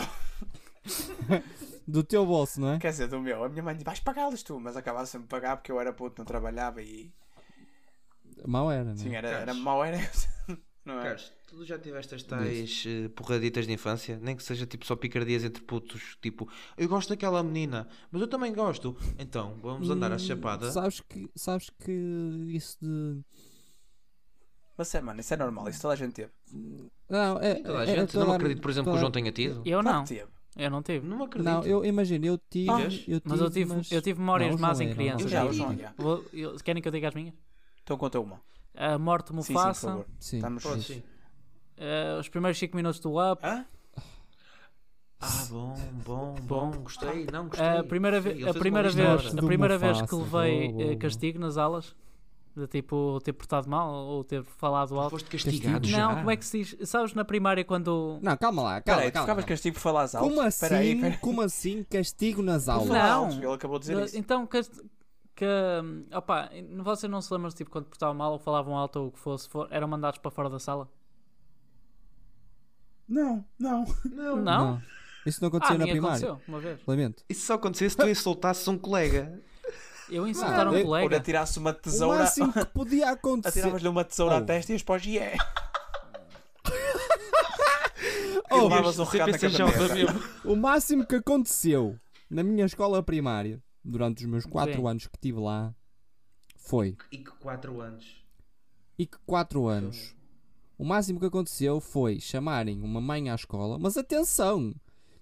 [SPEAKER 3] Do teu bolso, não é?
[SPEAKER 2] Quer dizer, do meu. A minha mãe disse, vais pagá-los tu, mas acabava sempre de pagar porque eu era puto, não trabalhava e.
[SPEAKER 3] Mal era, não
[SPEAKER 2] Sim,
[SPEAKER 3] é?
[SPEAKER 2] era,
[SPEAKER 1] Caros.
[SPEAKER 2] era mau, era eu. (laughs) Não é?
[SPEAKER 1] Carlos, tu já tiveste as tais eh, porraditas de infância? Nem que seja tipo só picardias entre putos, tipo, eu gosto daquela menina, mas eu também gosto. Então, vamos
[SPEAKER 4] Hum,
[SPEAKER 1] andar à chapada.
[SPEAKER 3] Sabes que, sabes que isso de.
[SPEAKER 2] Mas é, mano, isso é normal, isso toda a gente teve.
[SPEAKER 3] Não, é,
[SPEAKER 1] Toda a
[SPEAKER 3] é-
[SPEAKER 1] gente, não
[SPEAKER 3] toda a-
[SPEAKER 1] acredito, por exemplo, que o
[SPEAKER 3] toda a-
[SPEAKER 1] João tenha tido.
[SPEAKER 4] Eu
[SPEAKER 2] Claro
[SPEAKER 4] não,
[SPEAKER 2] que teve.
[SPEAKER 4] eu não tive.
[SPEAKER 1] Não acredito.
[SPEAKER 3] Não, eu imagino, eu tive.
[SPEAKER 2] Tiveste?
[SPEAKER 3] eu tive
[SPEAKER 4] Ah, Mas eu tive,
[SPEAKER 3] mas-
[SPEAKER 4] eu tive memórias
[SPEAKER 3] Não, o
[SPEAKER 4] más em
[SPEAKER 3] João era,
[SPEAKER 4] criança.
[SPEAKER 2] Eu
[SPEAKER 3] não,
[SPEAKER 2] já, o
[SPEAKER 3] tive.
[SPEAKER 2] João já.
[SPEAKER 4] Vou- eu- querem que eu diga as minhas?
[SPEAKER 2] Então conta uma.
[SPEAKER 4] A morte de
[SPEAKER 2] Sim, sim, por
[SPEAKER 4] Mufasa,
[SPEAKER 2] favor.
[SPEAKER 3] Sim.
[SPEAKER 2] Estamos.
[SPEAKER 1] Pode sim.
[SPEAKER 4] eh, os primeiros 5 minutos do Up,
[SPEAKER 2] Hã?
[SPEAKER 1] Ah, bom, bom, bom, gostei, não gostei.
[SPEAKER 4] a primeira,
[SPEAKER 1] Sim,
[SPEAKER 4] ve-
[SPEAKER 1] ele
[SPEAKER 4] a
[SPEAKER 1] fez uma
[SPEAKER 4] primeira,
[SPEAKER 1] lista
[SPEAKER 4] vez,
[SPEAKER 1] agora.
[SPEAKER 4] a
[SPEAKER 3] Do
[SPEAKER 4] primeira vez que
[SPEAKER 3] Mufasa.
[SPEAKER 4] levei
[SPEAKER 3] Boa, boa,
[SPEAKER 4] eh,
[SPEAKER 3] boa.
[SPEAKER 4] castigo nas aulas, de tipo ter portado mal ou ter falado alto.
[SPEAKER 1] Foste castigado já.
[SPEAKER 4] Não, como é que se diz? Sabes, na primária quando.
[SPEAKER 3] Não, calma lá, calma,
[SPEAKER 2] Peraí, tu
[SPEAKER 3] calma.
[SPEAKER 2] ficavas
[SPEAKER 3] calma.
[SPEAKER 2] castigo por falar alto.
[SPEAKER 3] Como assim?
[SPEAKER 2] Peraí, peraí.
[SPEAKER 3] Como assim castigo nas aulas?
[SPEAKER 2] Falar
[SPEAKER 4] Não.
[SPEAKER 2] alto, Ele acabou de dizer
[SPEAKER 4] Da-
[SPEAKER 2] isso.
[SPEAKER 4] Então, que, que hum, opá, vocês não se lembram tipo, quando portavam mal ou falavam alto ou o que fosse, for- eram mandados para fora da sala?
[SPEAKER 2] Não, não.
[SPEAKER 4] Não?
[SPEAKER 3] Não. Isso não
[SPEAKER 4] Ah,
[SPEAKER 3] aconteceu
[SPEAKER 4] a
[SPEAKER 3] na
[SPEAKER 4] mim
[SPEAKER 3] primária.
[SPEAKER 4] aconteceu uma vez.
[SPEAKER 3] Lamento.
[SPEAKER 1] Isso só acontecia se tu insultasses um colega.
[SPEAKER 4] Eu insultar um
[SPEAKER 3] eu-
[SPEAKER 2] Ou
[SPEAKER 4] colega.
[SPEAKER 2] atirasse uma assim,
[SPEAKER 3] O
[SPEAKER 2] tesoura.
[SPEAKER 3] máximo que podia acontecer.
[SPEAKER 2] (laughs) Atiravas-lhe uma tesoura à
[SPEAKER 3] Oh.
[SPEAKER 2] testa e as pós (laughs) é.
[SPEAKER 3] Oh,
[SPEAKER 2] levavas um recado na cabeça.
[SPEAKER 3] O máximo que aconteceu na minha escola primária, durante os meus 4
[SPEAKER 4] Sim.
[SPEAKER 3] anos que estive lá, foi.
[SPEAKER 1] E que 4 anos.
[SPEAKER 3] E que 4 anos. O máximo que aconteceu foi chamarem uma mãe à escola, mas atenção,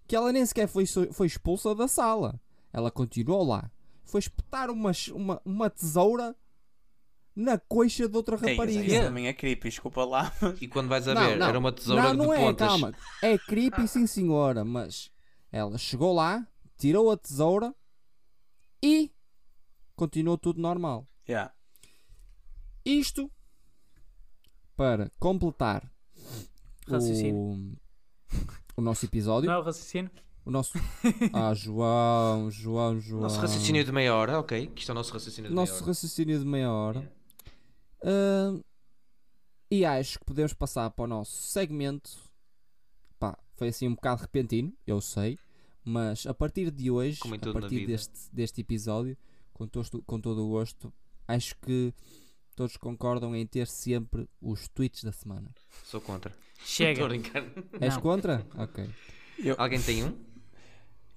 [SPEAKER 3] que ela nem sequer foi, so- foi expulsa da sala. Ela continuou lá. Foi espetar uma, ch- uma, uma tesoura na coixa de outra
[SPEAKER 2] É
[SPEAKER 3] rapariga.
[SPEAKER 2] isso também é creepy, desculpa lá. (laughs)
[SPEAKER 1] E quando vais a ver, era uma tesoura
[SPEAKER 3] não, não
[SPEAKER 1] de
[SPEAKER 3] é,
[SPEAKER 1] pontas.
[SPEAKER 3] calma. É creepy, sim senhora, mas ela chegou lá, tirou a tesoura e continuou tudo normal.
[SPEAKER 2] Yeah.
[SPEAKER 3] Isto para completar o,
[SPEAKER 4] Raciocínio.
[SPEAKER 3] o nosso episódio.
[SPEAKER 4] Não é o raciocínio?
[SPEAKER 3] O nosso. Ah, João, João, João.
[SPEAKER 1] Nosso raciocínio de meia hora, ok. Que isto é o nosso raciocínio de
[SPEAKER 3] Nosso
[SPEAKER 1] meia hora.
[SPEAKER 3] raciocínio de meia hora. Ah, e acho que podemos passar para o nosso segmento. Pá, foi assim um bocado repentino, eu sei. Mas a partir de hoje,
[SPEAKER 1] Como em
[SPEAKER 3] a
[SPEAKER 1] tudo na
[SPEAKER 3] partir
[SPEAKER 1] vida.
[SPEAKER 3] deste, deste episódio, com, tosto- com todo o gosto, acho que todos concordam em ter sempre os tweets
[SPEAKER 1] (laughs)
[SPEAKER 3] da semana.
[SPEAKER 1] Sou contra. Estou a
[SPEAKER 4] Chega.
[SPEAKER 1] brincar.
[SPEAKER 3] És
[SPEAKER 4] Não.
[SPEAKER 1] (laughs)
[SPEAKER 3] contra? Ok.
[SPEAKER 1] Alguém tem um?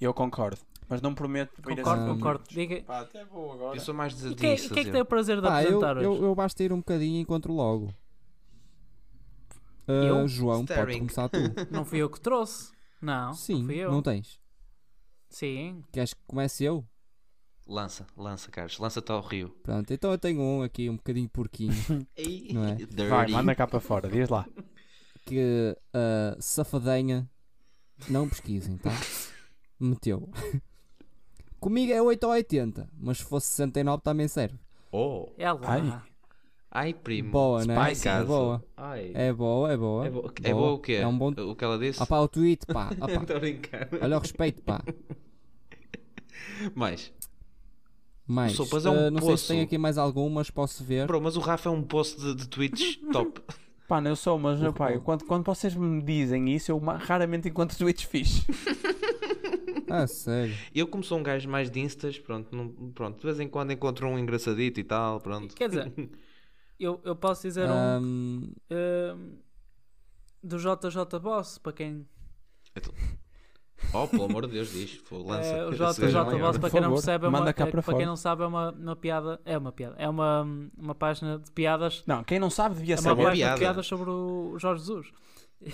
[SPEAKER 2] Eu concordo. Mas não prometo vir a
[SPEAKER 4] Concordo,
[SPEAKER 2] ser- um
[SPEAKER 4] concordo. Diga.
[SPEAKER 2] Pá, até vou agora.
[SPEAKER 1] Eu sou mais de
[SPEAKER 4] E quem, e quem é que tem o prazer de
[SPEAKER 3] Pá, eu,
[SPEAKER 4] apresentar hoje?
[SPEAKER 3] eu, eu basta ir um bocadinho e encontro logo. Ah,
[SPEAKER 4] Eu?
[SPEAKER 3] João, pode
[SPEAKER 1] Staring. (laughs)
[SPEAKER 3] começar tu.
[SPEAKER 4] Não fui eu que trouxe. Não,
[SPEAKER 3] Sim,
[SPEAKER 4] não fui eu.
[SPEAKER 3] não tens.
[SPEAKER 4] Sim.
[SPEAKER 3] Queres que comece eu?
[SPEAKER 1] Lança, lança, Carlos. Lança-te ao rio.
[SPEAKER 3] Pronto, então eu tenho um aqui, um bocadinho porquinho, Não é?
[SPEAKER 1] Dirty.
[SPEAKER 2] Vai, manda cá para fora, diz lá.
[SPEAKER 3] que a safadenha, não pesquisem, tá? Meteu. (laughs) Comigo é 8 ou 80, mas se fosse 69 também serve.
[SPEAKER 1] Oh.
[SPEAKER 4] É lá.
[SPEAKER 2] Ai.
[SPEAKER 1] Ai, primo.
[SPEAKER 3] Boa, né?
[SPEAKER 1] Spice.
[SPEAKER 3] É boa.
[SPEAKER 1] Ai.
[SPEAKER 3] É boa, é boa.
[SPEAKER 1] É boa. É boa o quê?
[SPEAKER 3] É um bom...
[SPEAKER 1] O que ela disse? (laughs)
[SPEAKER 3] Ah pá, o tweet, pá. Ah, pá.
[SPEAKER 1] Estou a brincar.
[SPEAKER 3] Olha o respeito, pá.
[SPEAKER 1] Mais.
[SPEAKER 3] Mais,
[SPEAKER 1] Sopas é um
[SPEAKER 3] ah, não sei
[SPEAKER 1] poço.
[SPEAKER 3] se tem aqui mais algumas, posso ver.
[SPEAKER 1] Bro, mas o Rafa é um poço de, de
[SPEAKER 3] (laughs)
[SPEAKER 1] tweets top.
[SPEAKER 2] Pá, eu sou, mas pá, eu, quando, quando vocês me dizem isso, eu ma- raramente encontro tweets (laughs) fixe.
[SPEAKER 3] Ah, sério.
[SPEAKER 1] Eu, como sou um gajo mais de instas, pronto, não- pronto, de vez em quando encontro um engraçadito e tal, pronto.
[SPEAKER 4] Quer dizer, eu, eu posso dizer um
[SPEAKER 3] Ahm,
[SPEAKER 4] ehm, do JJ Boss, para quem.
[SPEAKER 1] (laughs) Oh, pelo amor de Deus, diz. Pô, lança. um
[SPEAKER 4] eh, o
[SPEAKER 1] Seja
[SPEAKER 4] JJ
[SPEAKER 1] maior.
[SPEAKER 4] Boss, para quem não
[SPEAKER 2] Por favor,
[SPEAKER 4] percebe, é uma,
[SPEAKER 2] manda cá
[SPEAKER 4] é-
[SPEAKER 2] para
[SPEAKER 4] para quem
[SPEAKER 2] fora.
[SPEAKER 4] não sabe, é uma, uma piada. É uma piada. É uma, uma página de piadas.
[SPEAKER 2] Não, quem não sabe devia
[SPEAKER 4] É uma
[SPEAKER 1] boa
[SPEAKER 2] saber.
[SPEAKER 4] página
[SPEAKER 1] piada.
[SPEAKER 4] de piadas sobre o Jorge Jesus.
[SPEAKER 2] é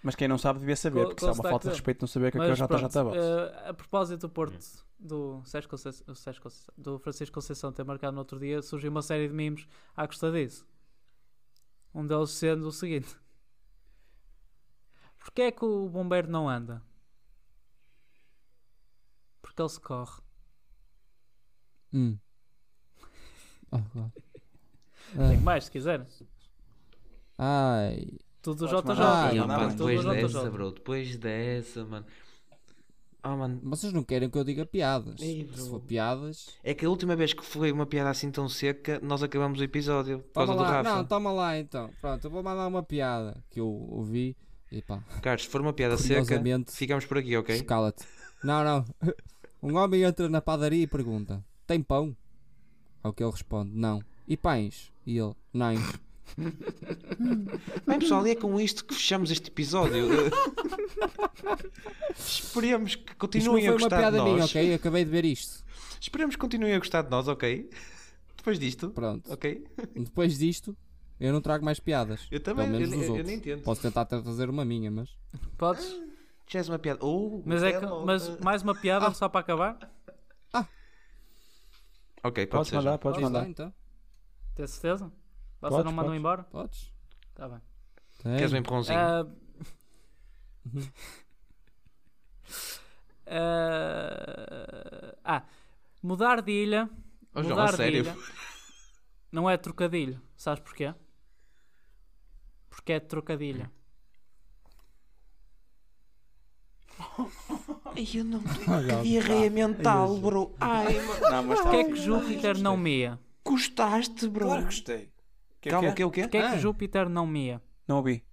[SPEAKER 2] Mas quem não sabe devia saber,
[SPEAKER 4] Com-
[SPEAKER 2] porque
[SPEAKER 4] com
[SPEAKER 2] isso é uma
[SPEAKER 4] sotaque
[SPEAKER 2] falta de
[SPEAKER 4] dele.
[SPEAKER 2] respeito não saber o que é que é o
[SPEAKER 4] Mas,
[SPEAKER 2] JJ
[SPEAKER 4] pronto,
[SPEAKER 2] Boss.
[SPEAKER 4] eh, a propósito do Porto, do, Sérgio Conceição, do Sérgio Conceição- do Francisco Conceição ter marcado no outro dia, surgiu uma série de memes à custa disso. Um deles sendo o seguinte: Porquê é que o bombeiro não anda? Porque ele se corre.
[SPEAKER 3] hum. Ah, claro.
[SPEAKER 4] Tem mais, se quiserem.
[SPEAKER 3] Ah, ai.
[SPEAKER 4] Tudo do
[SPEAKER 2] Ótimo,
[SPEAKER 4] JJ.
[SPEAKER 3] Ah,
[SPEAKER 1] Ai,
[SPEAKER 3] não,
[SPEAKER 1] opa,
[SPEAKER 3] não,
[SPEAKER 4] tudo do
[SPEAKER 1] depois dessa,
[SPEAKER 4] JJ.
[SPEAKER 1] bro, depois dessa, mano. Ah, mano,
[SPEAKER 3] Vocês não querem que eu diga piadas.
[SPEAKER 1] Ei,
[SPEAKER 3] Se
[SPEAKER 1] bro.
[SPEAKER 3] for piadas.
[SPEAKER 1] é que a última vez que foi uma piada assim tão seca, nós acabamos o episódio por causa do
[SPEAKER 3] Toma lá,
[SPEAKER 1] Rafa.
[SPEAKER 4] tá.
[SPEAKER 3] não, toma lá então. Pronto, eu vou mandar uma piada que eu ouvi. E pá,
[SPEAKER 1] Carlos, se for uma piada seca,
[SPEAKER 3] Curiosamente-
[SPEAKER 1] ficamos por aqui,
[SPEAKER 3] (laughs)
[SPEAKER 1] ok?
[SPEAKER 3] escala-te. Não, não. Um homem entra na padaria e pergunta: Tem pão? Ao que ele responde: Não. E pães? E ele:
[SPEAKER 1] (laughs)
[SPEAKER 3] Não.
[SPEAKER 1] Bem, pessoal, e é com isto que fechamos este episódio. (laughs) Esperemos que
[SPEAKER 3] Isto não
[SPEAKER 1] continuem
[SPEAKER 3] foi
[SPEAKER 1] a
[SPEAKER 3] uma
[SPEAKER 1] gostar de
[SPEAKER 3] piada minha,
[SPEAKER 1] nós.
[SPEAKER 3] ok? Acabei de ver isto.
[SPEAKER 1] Esperemos que continuem a gostar de nós, ok? (laughs) Depois disto,
[SPEAKER 3] Pronto.
[SPEAKER 1] ok?
[SPEAKER 3] Depois disto, eu não trago mais piadas.
[SPEAKER 1] Eu também,
[SPEAKER 3] Pelo menos
[SPEAKER 1] eu-
[SPEAKER 3] dos
[SPEAKER 1] eu- eu
[SPEAKER 3] outros.
[SPEAKER 1] nem tento.
[SPEAKER 3] Posso tentar até fazer uma minha, mas.
[SPEAKER 4] Podes?
[SPEAKER 1] Já és uma piada. Oh,
[SPEAKER 4] Mas, é que-
[SPEAKER 1] ela-
[SPEAKER 4] mas mais uma piada só para acabar.
[SPEAKER 1] Ok, pode
[SPEAKER 2] Podes
[SPEAKER 1] ser.
[SPEAKER 2] mandar,
[SPEAKER 1] já.
[SPEAKER 2] podes
[SPEAKER 3] Podes lá,
[SPEAKER 2] mandar.
[SPEAKER 3] então?
[SPEAKER 4] Tem certeza? Vocês
[SPEAKER 2] Podes,
[SPEAKER 4] não mandam
[SPEAKER 2] podes.
[SPEAKER 4] embora?
[SPEAKER 3] Podes?
[SPEAKER 4] Está bem.
[SPEAKER 3] Tem.
[SPEAKER 1] Queres um empurrãozinho?
[SPEAKER 4] Ah, Ah, ah, mudar de ilha.
[SPEAKER 1] Oh, João, a
[SPEAKER 4] mudar
[SPEAKER 1] sério?
[SPEAKER 4] de ilha. Não é trocadilho. Sabes porquê? Porque é trocadilho.
[SPEAKER 1] Ai, eu
[SPEAKER 3] (laughs)
[SPEAKER 1] não.
[SPEAKER 3] Ah, já.
[SPEAKER 1] Diarreia mental, bro. Ai, mano.
[SPEAKER 2] Não, mas
[SPEAKER 4] Porquê
[SPEAKER 2] tá
[SPEAKER 4] é
[SPEAKER 2] fixe.
[SPEAKER 4] que Júpiter não mia?
[SPEAKER 1] Gostaste, bro.
[SPEAKER 2] Claro que gostei. Que é
[SPEAKER 1] Calma,
[SPEAKER 2] que é?
[SPEAKER 1] o quê? O quê?
[SPEAKER 4] Porquê é que
[SPEAKER 3] Ah.
[SPEAKER 4] Júpiter não mia?
[SPEAKER 2] Não ouvi.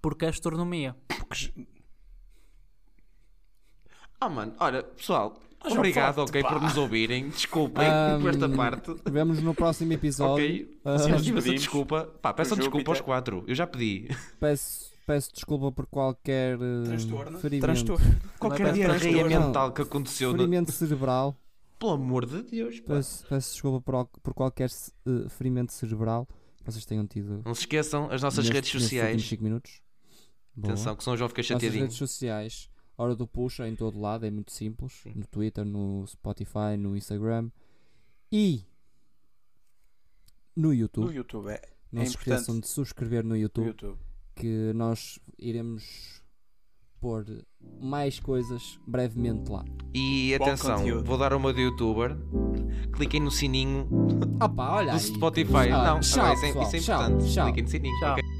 [SPEAKER 4] Porque é astronomia.
[SPEAKER 1] Ah, mano, olha, pessoal, obrigado, ok, por nos ouvirem. Desculpem
[SPEAKER 3] Um,
[SPEAKER 1] por esta
[SPEAKER 3] Ahm,
[SPEAKER 1] parte.
[SPEAKER 3] Vemos no próximo
[SPEAKER 1] (laughs)
[SPEAKER 3] episódio.
[SPEAKER 1] Ok?
[SPEAKER 3] Ah,
[SPEAKER 1] Sim, mas
[SPEAKER 2] pedimos.
[SPEAKER 1] desculpa. Pá, peçam
[SPEAKER 2] Por
[SPEAKER 1] desculpa aos
[SPEAKER 2] Júpiter.
[SPEAKER 1] quatro. Eu já pedi.
[SPEAKER 3] é
[SPEAKER 1] (laughs)
[SPEAKER 3] Peço, peço desculpa por qualquer eh,
[SPEAKER 2] Transtorno.
[SPEAKER 3] ferimento.
[SPEAKER 2] Transtorno.
[SPEAKER 1] Qualquer
[SPEAKER 4] peço
[SPEAKER 1] diarreia
[SPEAKER 3] desculpa.
[SPEAKER 1] mental que aconteceu. no- (laughs)
[SPEAKER 3] Ferimento cerebral.
[SPEAKER 1] Pelo amor de Deus, pá.
[SPEAKER 3] Peço, peço desculpa por, al- por qualquer ce- eh, ferimento cerebral que vocês tenham tido.
[SPEAKER 1] Não se esqueçam, as nossas
[SPEAKER 3] neste-
[SPEAKER 1] redes
[SPEAKER 3] nestes últimos
[SPEAKER 1] sociais.
[SPEAKER 3] cinco minutos. Boa.
[SPEAKER 1] Atenção, que senão o João fica
[SPEAKER 3] é? Nossas
[SPEAKER 1] chateadinho.
[SPEAKER 3] redes sociais. Hora do Puxa em todo lado. É muito simples. No Twitter, no Spotify, no Instagram. E no
[SPEAKER 2] No
[SPEAKER 3] YouTube.
[SPEAKER 2] YouTube, é.
[SPEAKER 3] Não
[SPEAKER 2] é
[SPEAKER 3] se esqueçam
[SPEAKER 2] importante.
[SPEAKER 3] de subscrever no YouTube.
[SPEAKER 2] No YouTube.
[SPEAKER 3] que nós iremos pôr mais coisas brevemente lá.
[SPEAKER 1] E
[SPEAKER 2] Bom
[SPEAKER 1] atenção,
[SPEAKER 2] conteúdo.
[SPEAKER 1] vou dar uma de youtuber. Cliquem no sininho
[SPEAKER 3] Opa, olha
[SPEAKER 1] do
[SPEAKER 3] aí.
[SPEAKER 1] Spotify.
[SPEAKER 3] Ah,
[SPEAKER 1] Não,
[SPEAKER 3] tchau,
[SPEAKER 1] agora isso é,
[SPEAKER 3] pessoal,
[SPEAKER 1] isso é
[SPEAKER 3] Ah, tchau,
[SPEAKER 1] importante.
[SPEAKER 3] tchau.
[SPEAKER 1] Cliquem no sininho.
[SPEAKER 4] Tchau.
[SPEAKER 1] ok?